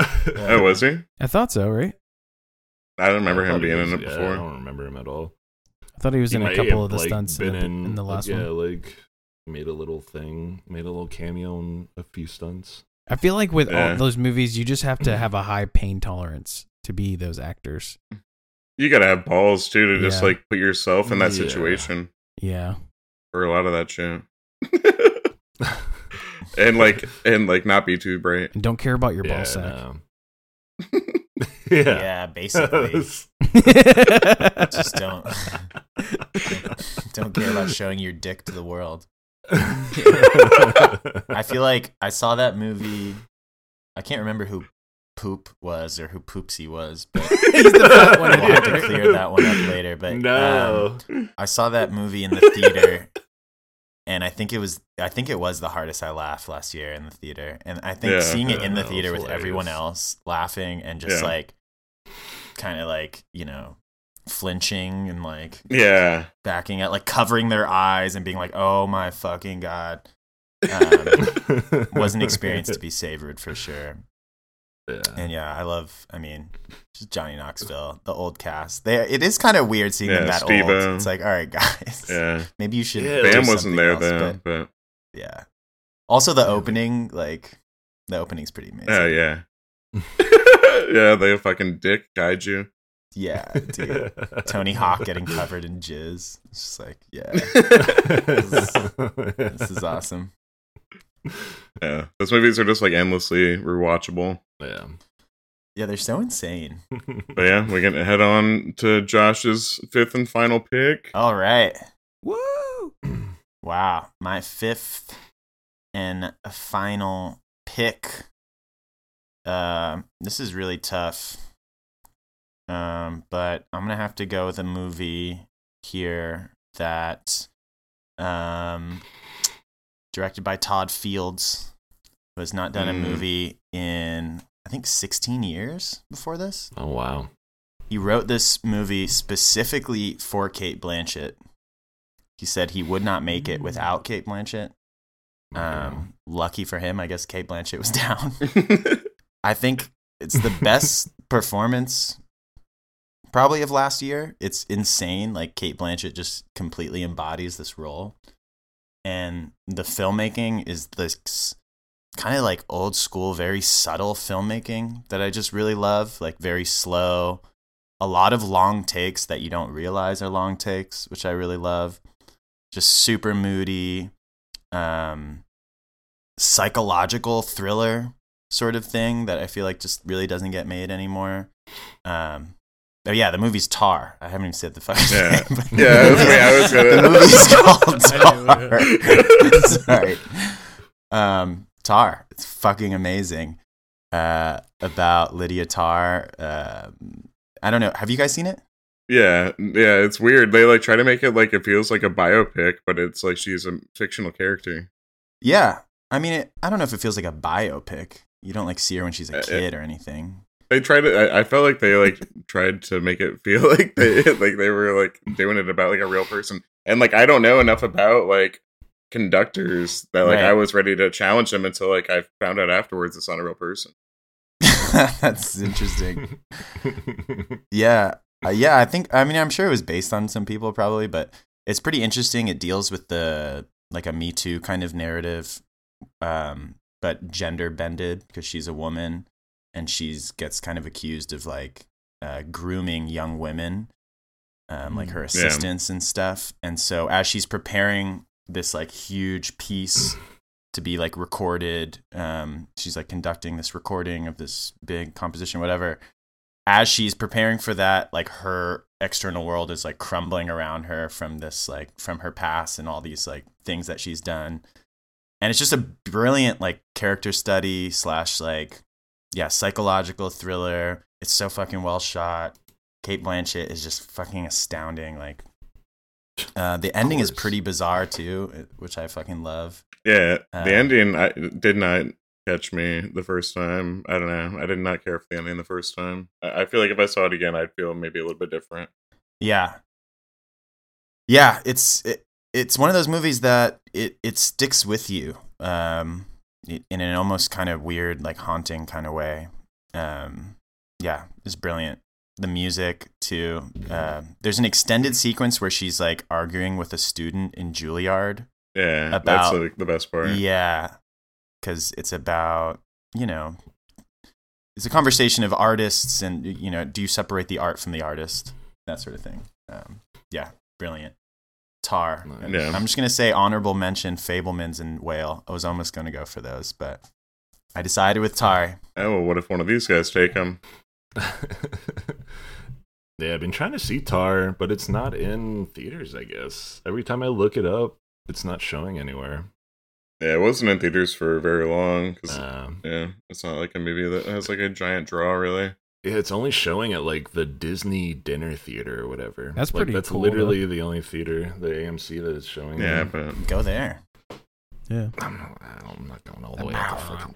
I
Oh, was he?
I thought so, right?
I don't remember
thought
him
he
being in
was-
it
yeah, I
before.
don't remember him at all.
I thought he was
He
in a
might
couple
have,
of the
like,
stunts in
been
the, in the last
yeah,
one.
like made a little thing, made a little cameo in a few stunts.
I feel like with
Yeah.
all those movies, you just have to have a high pain tolerance to be those actors.
You gotta have balls too to just
Yeah.
like put yourself in that
Yeah.
situation
Yeah.
for a lot of that shit. and like and like not be too brave.
And don't care about your
yeah,
ball sack.
no. yeah.
Yeah, basically. Just don't don't care about showing your dick to the world. I feel like I saw that movie. I can't remember who Poop was or who Poopsie was, but
He's the fat
we'll have to clear that one up later. But um,
no.
I saw that movie in the theater, and I think it was I think it was the hardest I laughed last year in the theater. And I think
Yeah.
seeing it in the
Yeah,
theater
it was
with everyone
hilarious.
else laughing and just
Yeah.
like kind of like you know flinching and like
Yeah.
backing out, like covering their eyes and being like, "Oh my fucking god." Um, was an experience to be savored for sure.
Yeah.
And yeah, I love. I mean, just Johnny Knoxville, the old cast. They it is kind of weird seeing them
Yeah,
that
Steve-O.
old. It's like, all right, guys,
Yeah.
maybe you should.
Yeah,
do
Bam
Bam
something
wasn't there
else,
then,
but
but
yeah. Also, the opening, like the opening's pretty amazing.
oh yeah. yeah, they fucking dick guide you.
yeah, dude. Tony Hawk getting covered in jizz. It's just like, yeah, this is awesome.
Yeah. Those movies are just like endlessly rewatchable.
Yeah.
Yeah, they're so insane.
But yeah, we can head on to Josh's fifth and final pick.
All right.
Woo!
Wow, my fifth and final pick. Um, this is really tough. Um, but I'm gonna have to go with a movie here that, um, directed by Todd Fields, who has not done a
Mm.
movie in I think 16 years before this.
Oh wow.
He wrote this movie specifically for Kate Blanchett. He said he would not make it without Kate Blanchett. Um, lucky for him, I guess Kate Blanchett was down. I think it's the best performance probably of last year. It's insane. Like Kate Blanchett just completely embodies this role. And the filmmaking is this kind of like old school, very subtle filmmaking that I just really love. Like very slow, a lot of long takes that you don't realize are long takes, which I really love. Just super moody, um, psychological thriller sort of thing that I feel like just really doesn't get made anymore. Um, oh yeah, the movie's Tar. I haven't even said the fucking
Yeah.
name. but-
Yeah, that's me. I was gonna-
the movie's called Tar. Sorry. Um, Tar. It's fucking amazing. Uh, about Lydia Tar. Um I don't know. Have you guys seen it?
Yeah, yeah, it's weird. They like try to make it like it feels like a biopic, but it's like she's a fictional character.
Yeah. I mean, it, I don't know if it feels like a biopic. You don't like see her when she's
Uh,
a
it-
kid or anything.
They tried to. I, I felt like they like tried to make it feel like they like they were like doing it about like a real person. And like I don't know enough about like conductors that like
Right.
I was ready to challenge them until like I found out afterwards it's not a real person.
That's interesting. yeah. Uh, yeah, I think I mean I'm sure it was based on some people probably, but it's pretty interesting. It deals with the like a Me Too kind of narrative um but gender bended because she's a woman and she's gets kind of accused of like uh, grooming young women, um, like her assistants and stuff. And so as she's preparing this like huge piece to be like recorded, um, she's like conducting this recording of this big composition, whatever. As she's preparing for that, like her external world is like crumbling around her from this like from her past and all these like things that she's done. And it's just a brilliant like character study slash like yeah, psychological thriller. It's so fucking well shot. Kate Blanchett is just fucking astounding. Like, uh, the ending is
course.
pretty bizarre too, eh, which I fucking love.
Yeah,
Uh,
the ending I did not catch me the first time. I don't know. I did not care for the ending the first time. I, I feel like if I saw it again, I'd feel maybe a little bit different.
Yeah, yeah. It's it, it's one of those movies that it it sticks with you, um, i- in an almost kind of weird, like haunting kind of way. Um, yeah, it's brilliant. The music too. Uh, there's an extended sequence where she's like arguing with a student in Juilliard.
Yeah, that's
About-
like the best part.
Yeah, because it's about you know it's a conversation of artists and you know do you separate the art from the artist that sort of thing um, yeah brilliant tar
Nice.
And
Yeah.
i'm just going to say honorable mention fablemans and whale i was almost going to go for those but i decided with tar
Oh, well, what if one of these guys take him?
yeah, I've been trying to see Tar, but it's not in theaters, I guess. Every time I look it up, it's not showing anywhere.
Yeah, it wasn't in theaters for very long. 'cause,
Um,
yeah, it's not like a movie that has like a giant draw, really.
yeah, it's only showing at like the Disney Dinner Theater or whatever.
That's
Like,
pretty
That's
cool,
literally the only theater, the AMC that is showing.
Yeah,
in.
but
go there
Yeah.
I'm not, I'm not going all the way up to fucking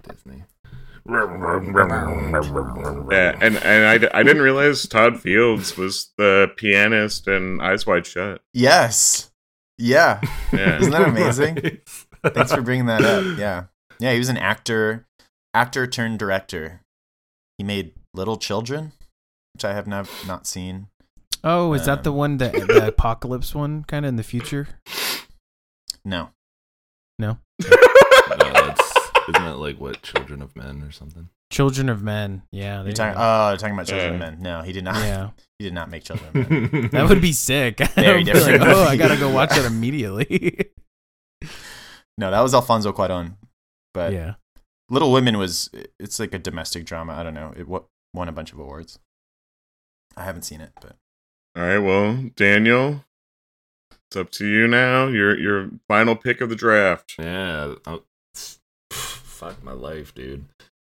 Disney.
yeah, and and I, I didn't realize Todd Fields was the pianist in Eyes Wide Shut.
yes yeah
Yeah,
Isn't that amazing?
Nice.
thanks for bringing that up yeah yeah he was an actor actor turned director he made little children which i have not not seen
Oh, is that the
Um,
one that the apocalypse one kind of in the future?
no
No.
no, that's, uh, isn't that like what Children of Men or something?
Children of Men. Yeah. there
you're
you
talking,
go.
oh you're talking about uh, children of
Yeah.
men no he did not
yeah.
he did not make children of men
That
that
would be sick.
Very
I'd be
different.
Like, oh, I gotta go watch that immediately.
No, that was Alfonso Cuarón. But
yeah.
Little Women was it's like a domestic drama. I don't know. It wa- won a bunch of awards. I haven't seen it, but
All right, well, Daniel, it's up to you now. Your your final pick of the draft.
Yeah. I- fuck my life, dude.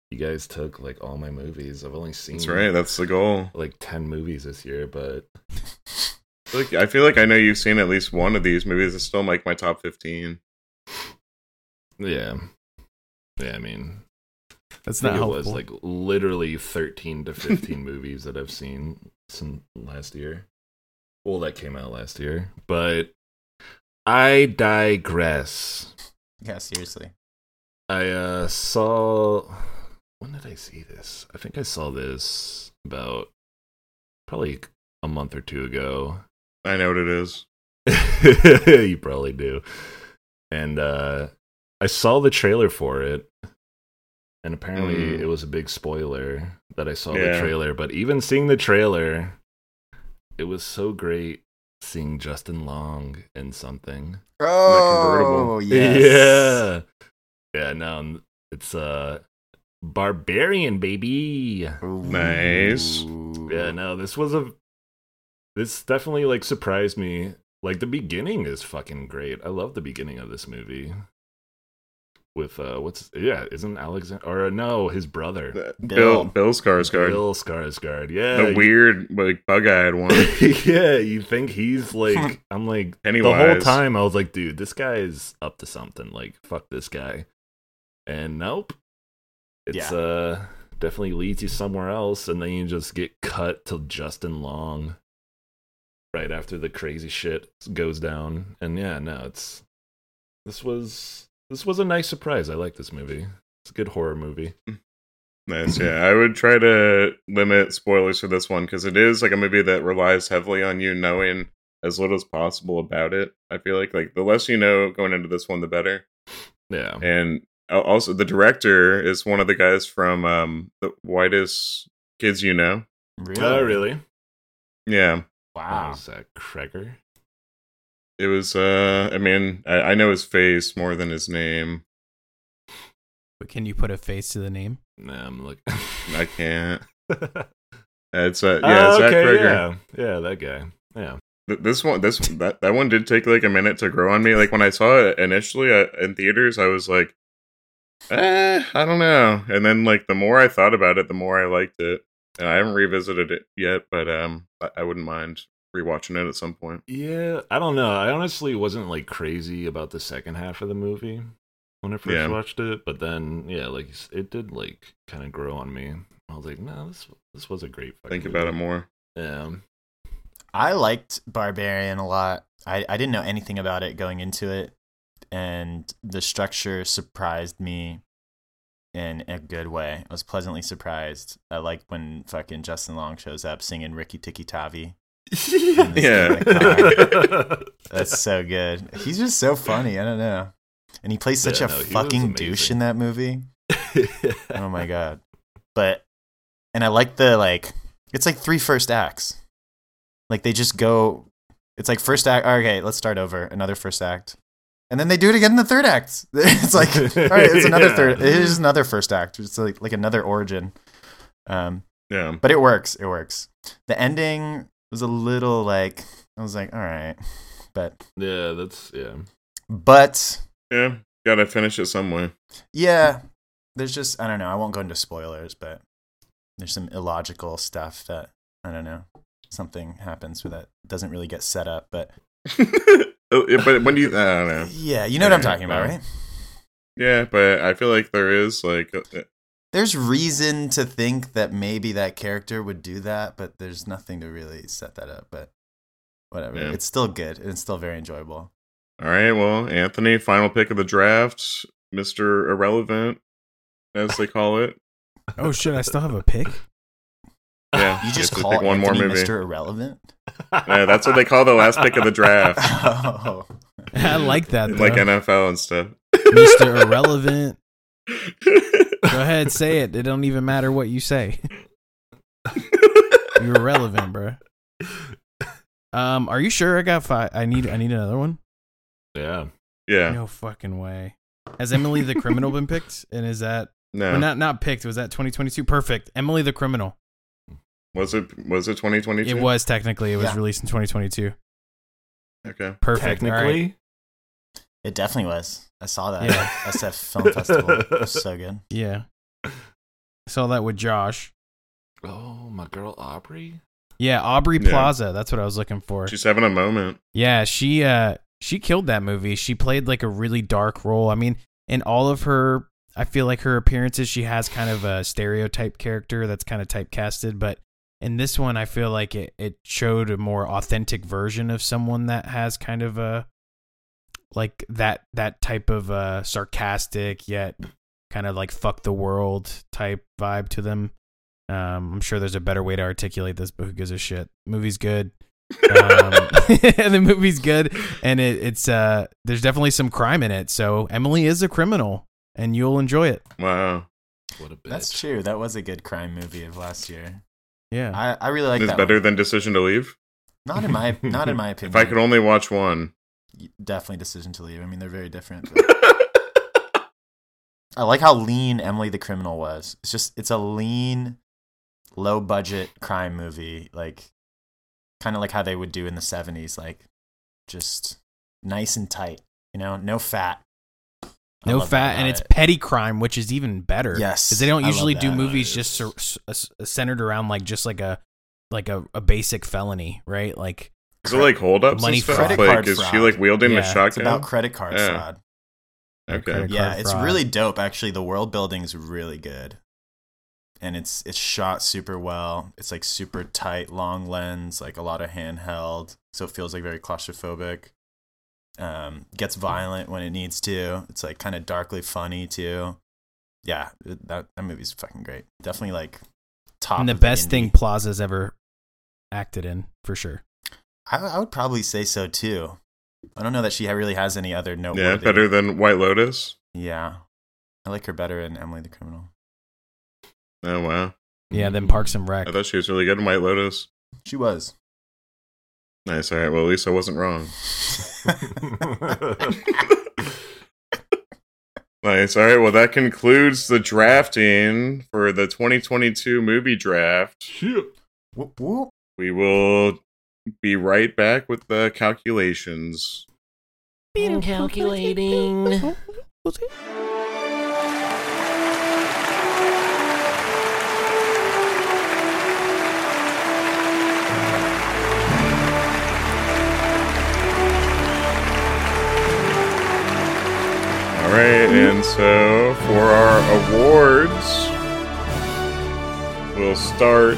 You guys took like all my movies. I've only seen
That's right. That's the goal.
like 10 movies this year, but
Look, I feel like I know you've seen at least one of these movies. It's still like my top fifteen.
yeah. Yeah, I mean,
That's
I
not
think it
helpful.
was like literally 13 to 15 movies that I've seen since last year. Well, that came out last year, but I digress.
yeah, seriously.
I uh, saw. When did I see this? I think I saw this about probably a month or two ago.
I know what it is.
you probably do. And uh, I saw the trailer for it, and apparently
Mm.
it was a big spoiler that I saw the
Yeah.
trailer. But even seeing the trailer, it was so great seeing Justin Long in something.
Oh,
yes.
Yeah. Yeah, no, it's uh Barbarian baby.
Nice.
Yeah, no, this was a this definitely like surprised me. Like the beginning is fucking great. I love the beginning of this movie. With uh what's yeah, isn't Alexander or uh, no, his brother.
Bill
Bill.
Bill, Skarsgård,
Bill Skarsgård. Yeah.
the weird like bug-eyed one.
yeah, you think he's like I'm like
Pennywise.
the whole time I was like, dude, this guy is up to something. Like, fuck this guy. And nope. It's
Yeah.
uh definitely leads you somewhere else, and then you just get cut to Justin Long right after the crazy shit goes down. And yeah, no, it's this was this was a nice surprise. I like this movie. It's a good horror movie.
Nice, yeah. I would try to limit spoilers for this one because it is like a movie that relies heavily on you knowing as little as possible about it. I feel like like the less you know going into this one, the better.
Yeah.
And al- also, the director is one of the guys from um, the whitest kids you know.
Really?
Oh, really?
Yeah,
Wow.
Was that Kreger?
it was. uh I mean, I, I know his face more than his name.
but can you put a face to the name?
Nah, I'm like
I can't. It's uh, yeah,
Oh,
Zach Kreger.
Yeah. yeah, that guy. Yeah.
Th- This one, this that that one did take like a minute to grow on me. Like when I saw it initially uh, in theaters, I was like, eh, I don't know. And then like the more I thought about it, the more I liked it. And I haven't revisited it yet, but um, I, I wouldn't mind rewatching it at some point.
Yeah, I don't know. I honestly wasn't like crazy about the second half of the movie when I first
Yeah.
watched it, but then yeah, like you s- it did like kind of grow on me. I was like, no, this this was a great. Fucking
Think about it
movie."
more.
Yeah,
I liked Barbarian a lot. I, I didn't know anything about it going into it, and the structure surprised me in a good way. I was pleasantly surprised. I liked when fucking Justin Long shows up singing Ricky Tikki Tavi. in this
Yeah.
kind of car. That's so good. He's just so funny. I don't know. And he plays such
Yeah,
a
no, he was
fucking douche
amazing.
in that movie. Oh my god. Oh But and I like the like it's like three first acts. Like they just go it's like first act okay, let's start over, another first act. And then they do it again in the third act. It's like all right, it's another
Yeah.
third it is another first act. It's like like another origin. Um
Yeah.
but it works, it works. The ending was a little like I was like, all right. But
Yeah, that's yeah.
but
Yeah. Gotta finish it some way.
Yeah, there's just I don't know. I won't go into spoilers, but there's some illogical stuff that I don't know. Something happens with that doesn't really get set up, but
Oh, yeah, but when do you? I don't know.
yeah, you know what I'm
Yeah,
talking about,
yeah.
right?
Yeah, but I feel like there is like uh,
There's reason to think that maybe that character would do that, but there's nothing to really set that up. But whatever,
Yeah.
it's still good and it's still very enjoyable.
All right, well, Anthony, final pick of the draft, Mr. Irrelevant, as they call it.
Oh shit! I still have a pick.
Yeah,
You just
have to
call
pick one more
Anthony
movie.
Mr. Irrelevant.
Yeah, that's what they call the last pick of the draft,
oh,
I like that. Though.
like NFL and stuff.
Mr. Irrelevant. Go ahead, say it. It don't even matter what you say. You're irrelevant, bro. Um, are you sure I got five? I need I need another one.
Yeah.
yeah,
No fucking way. Has Emily the criminal been picked? And is that
no.
or not not picked? Was that 2022? Perfect. Emily the criminal.
was it was it 2022?
It was technically. It was
Yeah.
released in 2022.
Okay.
Perfect. All right.
Technically.
it definitely was. I saw that
Yeah.
at SF Film Festival. It was so good.
Yeah. I saw that with Josh.
Oh, my girl Aubrey.
Yeah, Aubrey
Yeah.
Plaza. That's what I was looking for.
She's having a moment.
Yeah, she uh she killed that movie. She played like a really dark role. I mean, in all of her I feel like her appearances she has kind of a stereotype character that's kind of typecasted, but in this one I feel like it it showed a more authentic version of someone that has kind of a like that that type of uh sarcastic yet kind of like fuck the world type vibe to them. Um, I'm sure there's a better way to articulate this, but who gives a shit? Movie's good. um, the movie's good, and it, it's uh, there's definitely some crime in it. So Emily is a criminal, and you'll enjoy it.
Wow.
What a bitch.
That's true. That was a good crime movie of last year.
Yeah,
I, I really like
it's
that.
better
one. Mm-hmm.
than Decision to Leave.
not in my not in my opinion.
If I could only watch one.
definitely decision to leave. I mean, they're very different. but- I like how lean Emily the Criminal was. It's just it's a lean, low budget crime movie, like kind of like how they would do in the seventies, like just nice and tight. You know, no fat. I
no
love that
fat,
about
and it's
it.
petty crime, which is even better.
Yes,
because they don't
I love
usually do
that.
movies just sur- s- uh, s- centered around like just like a like a, a basic felony, right? Like
Is it like holdups
Money
and stuff?
fraud. Credit
Like,
card
is she
fraud.
like wielding a
Yeah, it's
shotgun?
It's about credit card
Yeah.
fraud.
okay.
credit
Yeah,
card
it's
fraud.
really dope. Actually, the world building's really good, and it's it's shot super well. It's like super tight, long lens, like a lot of handheld, so it feels like very claustrophobic. Um, gets violent when it needs to. It's like kind of darkly funny too. Yeah, it- that that movie's fucking great. Definitely like top.
and the
of
best thing
indie.
Plaza's ever acted in for sure.
I, I would probably say so too. I don't know that she really has any other noteworthy.
Yeah, better than White Lotus.
Yeah, I like her better in Emily the Criminal.
Oh wow.
Mm.
Yeah, then Parks and Rec.
I thought she was really good in White Lotus.
She was.
Nice. All right. Well, at least I wasn't wrong. Nice. All right. Well, that concludes the drafting for the 2022 movie draft.
Shoot.
Whoop, whoop.
We will be right back with the calculations.
Been calculating.
All right. And so for our awards, we'll start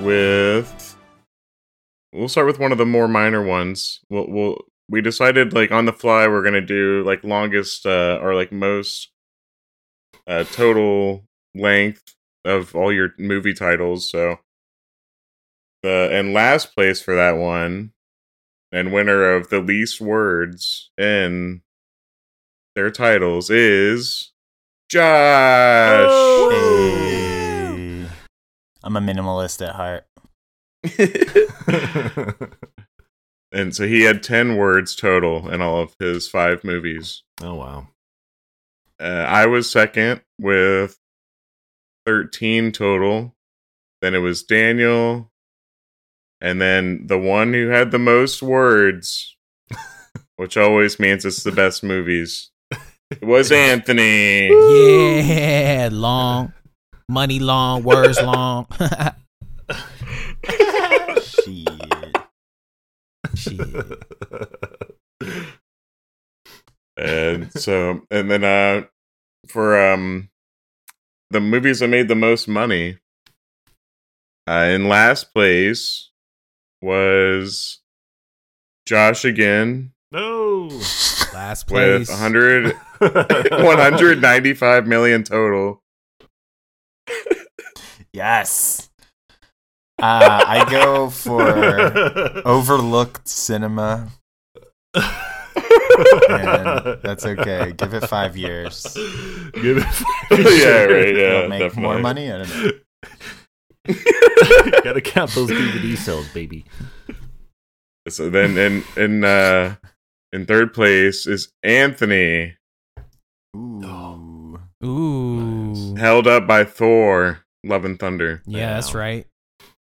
with we'll start with one of the more minor ones. We'll, we'll we decided like on the fly we're gonna do like longest uh, or like most uh, total length of all your movie titles. So the and last place for that one and winner of the least words in their titles
Oh!
is Josh.
Hey. I'm a minimalist at heart.
And so he had 10 words total in all of his five movies.
oh wow.
Uh, I was second with 13 total. Then it was Daniel. And then the one who had the most words, which always means it's the best movies, was Anthony.
Yeah, long. Money long, words long.
Shit.
Shit.
and so and then uh for um the movies that made the most money uh in last place was josh again
no.
Last
with
place.
100 195 million total
Yes. Uh, I go for overlooked cinema. And that's okay. Give it five years.
Give it five
yeah right
years.
yeah
It'll make
definitely.
more money. I don't know.
Gotta count those DVD sales, baby.
so then in in uh in third place is anthony
Ooh.
Ooh.
held up by thor love and thunder
Yeah, that's right.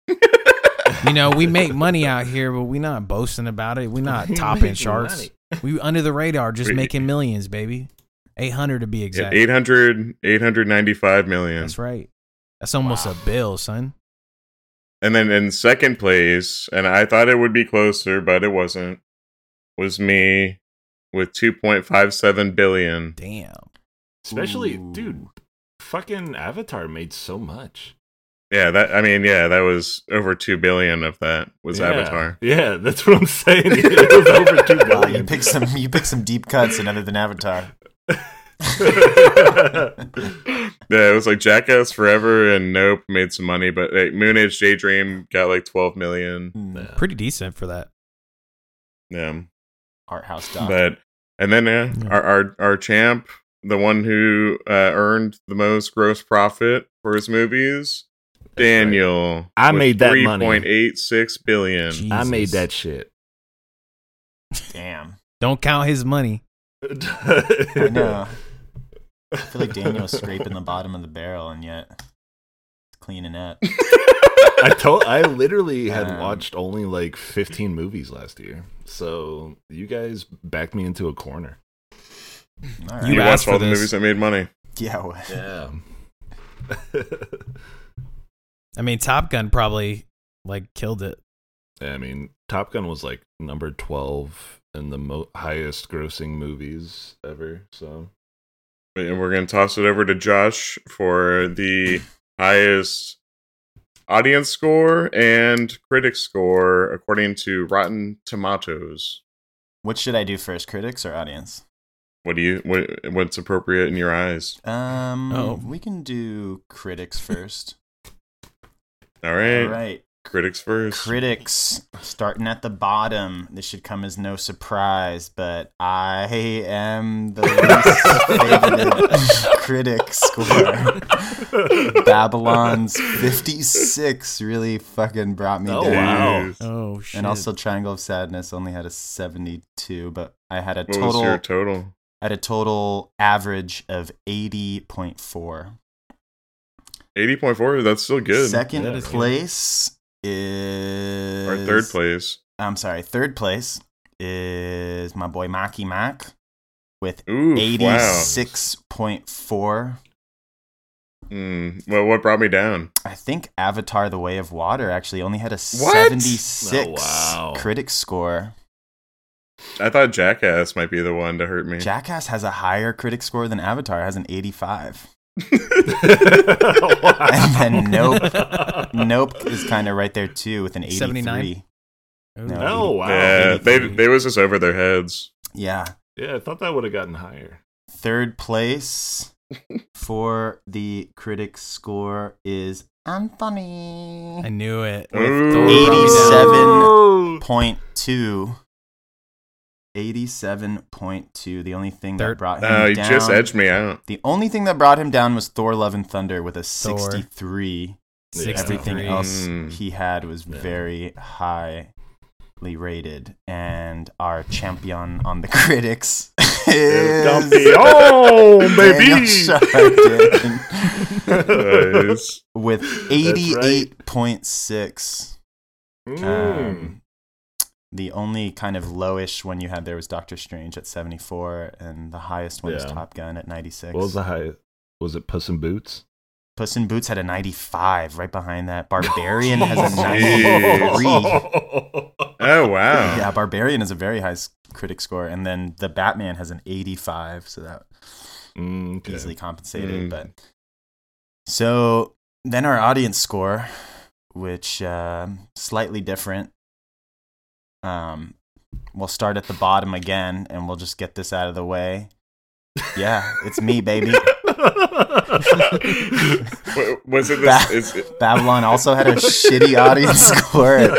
you know, we make money out here, but we not boasting about it. we not topping charts. We under the radar, just
We-
making millions, baby. Eight hundred to be
Yeah,
exact.
800 895 million
That's right. That's almost a bill, son.
And then in second place, and I thought it would be closer, but it wasn't, was me with 2.57 billion.
Damn.
Especially,
Ooh.
dude, fucking Avatar made so much.
Yeah, that I mean, yeah, that was over 2 billion of that was
Yeah.
Avatar.
Yeah, that's what I'm saying. It was over two
Wow, you
billion.
pick some. You pick some deep cuts, and other than Avatar.
Yeah, it was like Jackass Forever and Nope made some money, but like Moon Age Daydream got like 12 million.
Mm,
Pretty decent for that.
Yeah.
Art house doc.
But and then yeah,
Yeah.
Our, our our champ, the one who uh, earned the most gross profit for his movies, Daniel.
I made that money.
Three point eight six billion.
I
Jesus.
made that shit.
Damn.
Don't count his money.
I know. I feel like Daniel's scraping the bottom of the barrel, and yet it's cleaning up.
I told I literally had
Um,
watched only like 15 movies last year. So you guys backed me into a corner.
All
You
You
right.
watched
asked
all
for
the
this.
movies that made money.
Yeah. well,
Yeah.
I mean, Top Gun probably like killed it.
I mean, Top Gun was like number 12 in the mo- highest grossing movies ever, so
And we're gonna toss it over to Josh for the highest audience score and critic score according to Rotten Tomatoes.
What should I do first, critics or audience?
What do you what, what's appropriate in your eyes?
Um,
Oh.
we can do critics first.
All
All
right,
right,
critics first.
critics starting at the bottom. This should come as no surprise, but I am the least favorite critic score. Babylon's 56 really fucking brought me
Oh,
down.
wow.
Jeez.
Oh shit.
And also Triangle of Sadness only had a 72, but I had a
What
total
was your total?
at a total average of 80.4.
Eighty point four. That's still good.
Second
Yeah, that's good.
place is
or third place.
I'm sorry, third place is my boy Maki Mac with
Ooh, wow.
86.4.
Mm, well, what brought me down?
I think Avatar: The Way of Water actually only had a
What?
76
Oh, wow.
critic score.
I thought Jackass might be the one to hurt me.
Jackass has a higher critic score than Avatar, has an 85. And then Nope, Nope is kind of right there too with an 83.
79?
No.
Oh, wow.
yeah, they
maybe.
they was just over their heads.
Yeah.
Yeah, I thought that would have gotten higher.
Third place for the critic score is
I
Anthony.
knew it.
Ooh.
87.2. 87.2. The only thing that
Third-
brought him
No, Uh, you
down.
just edged me out.
The only thing that brought him down was Thor: Love and Thunder with a
Thor.
63. Everything
63.
else
Mm.
he had was
Yeah.
very highly rated, and our champion on the critics is
Oh,
Campeon,
Daniel Chardin
Nice.
with
right.
eighty-eight point six.
Mm.
Um,
Hmm.
the only kind of lowish one you had there was Doctor Strange at seventy-four, and the highest one was
Yeah.
Top Gun at ninety-six.
what was the high? Was it Puss in Boots?
Puss in Boots had a 95 right behind that. Barbarian has a
Oh,
Jeez.
93.
Oh wow.
Yeah, Barbarian is a very high s- critic score. And then the Batman has an 85, so that
Mm, okay.
easily compensated.
Mm.
But so then our audience score, which um slightly different. Um, we'll start at the bottom again, and we'll just get this out of the way. Yeah, it's me, baby.
Wa- Was it
Ba-
this? Is it,
Babylon also had a shitty audience score at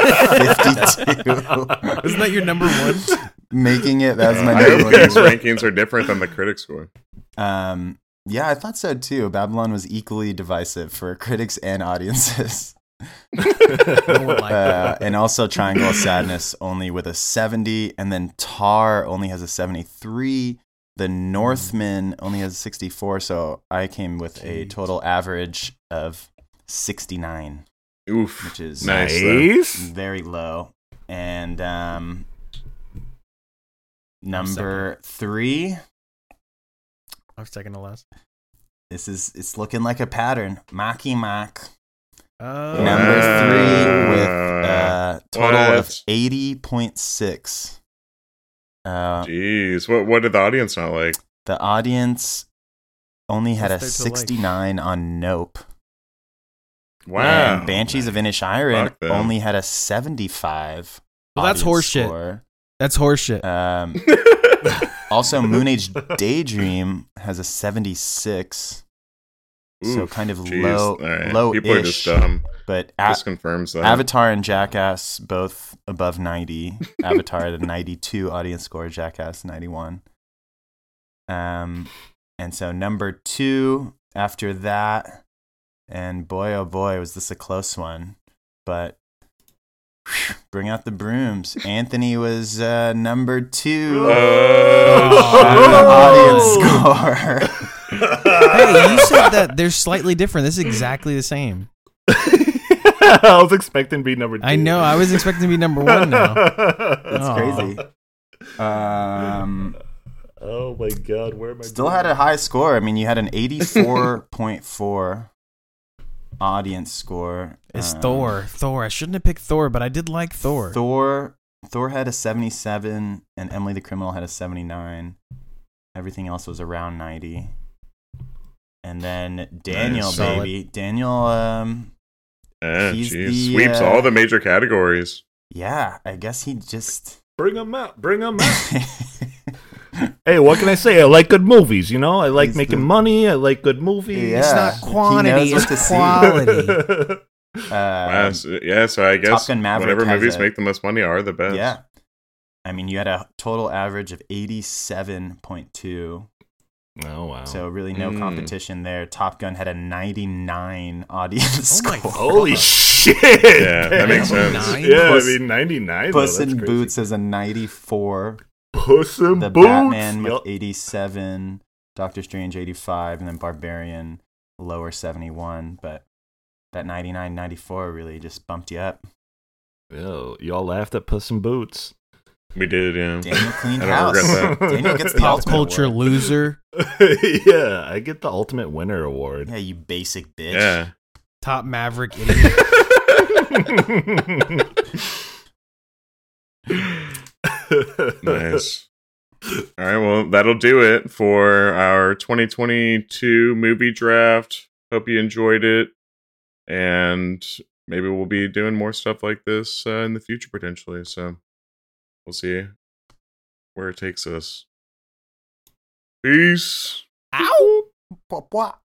52.
Isn't that your number one?
making it. That's my
uh, I hope
number
these
one.
rankings are different than the critic score.
Um, yeah, I thought so too. Babylon was equally divisive for critics and audiences,
No one liked it.
uh, and also Triangle of Sadness only with a seventy, and then Tar only has a seventy-three. The Northman only has a sixty-four, so I came with a total average of sixty-nine,
Oof.
which is
Nice. though.
Nice.
very low. And um, number three.
I'm second to last.
This is it's looking like a pattern. Maki Mac.
Oh,
Number three with
Wow.
uh total of
What?
eighty point six. Uh
Jeez. What what did the audience not like?
the audience only had a
What's there to like?
sixty nine on Nope.
Wow.
And Banshees of Inishirin
Fuck them.
only had a seventy five.
Well, that's horseshit. that's horseshit.
Um also Moon Age Daydream has a seventy six, so
Oof.
kind of
Jeez.
low
All right.
low
People are just
ish.
dumb.
But a-
this confirms that.
Avatar and Jackass both above 90. Avatar at a 92 audience score, Jackass 91. Um, and so number two after that, and boy oh boy was this a close one, but whew, bring out the brooms. Anthony was uh, number
Oh.
two on the audience score.
hey, you said that they're slightly different. This is exactly the same.
I was expecting to be number two.
I know. I was expecting to be number one now.
That's
Aw.
crazy. Um,
Oh my god, where am I?
Still had a high score. I mean, you had an 84.4 audience score.
It's
Um,
Thor. Thor. I shouldn't have picked Thor, but I did like Thor.
Thor. Thor had a 77, and Emily the Criminal had a 79. Everything else was around 90. And then Daniel,
Nice. Solid.
baby. Daniel, um,
Yeah,
He's
jeez.
the,
Sweeps
uh,
all the major categories.
yeah, I guess he just.
Bring them out. Bring them out. hey, what can I say? I like good movies. You know, I like
He's
making
the-
money. I like good movies.
Yeah.
It's
He
not quantity,
knows what
it's
to see.
quality.
wow.
Um,
so- yeah, so I guess
Gun Maverick
whatever
has
movies
a-
make the most money are the best.
Yeah. I mean, you had a total average of 87.2.
Oh wow.
So really no
Mm.
competition there. Top Gun had a 99 audience
Oh my
score.
Holy
Fuck.
shit!
Yeah, that
makes
Damn.
sense.
Yeah,
Puss-
I mean ninety nine.
Puss in Boots is a 94.
Puss in
The
Boots.
Batman with
Yup.
87. Doctor Strange 85, and then Barbarian lower 71. But that 99, 94 really just bumped you up.
Yo, y'all laughed at Puss in Boots.
We did, yeah.
Daniel cleaned
I don't regret
house.
that.
Daniel gets the
Pop
ultimate
culture
award.
loser.
yeah, I get the ultimate winner award.
Yeah, you basic bitch.
Yeah.
Top Maverick idiot.
Nice. All right, well, that'll do it for our 2022 movie draft. Hope you enjoyed it. And maybe we'll be doing more stuff like this uh, in the future potentially. So we'll see where it takes us. Peace.
Bwah, bwah.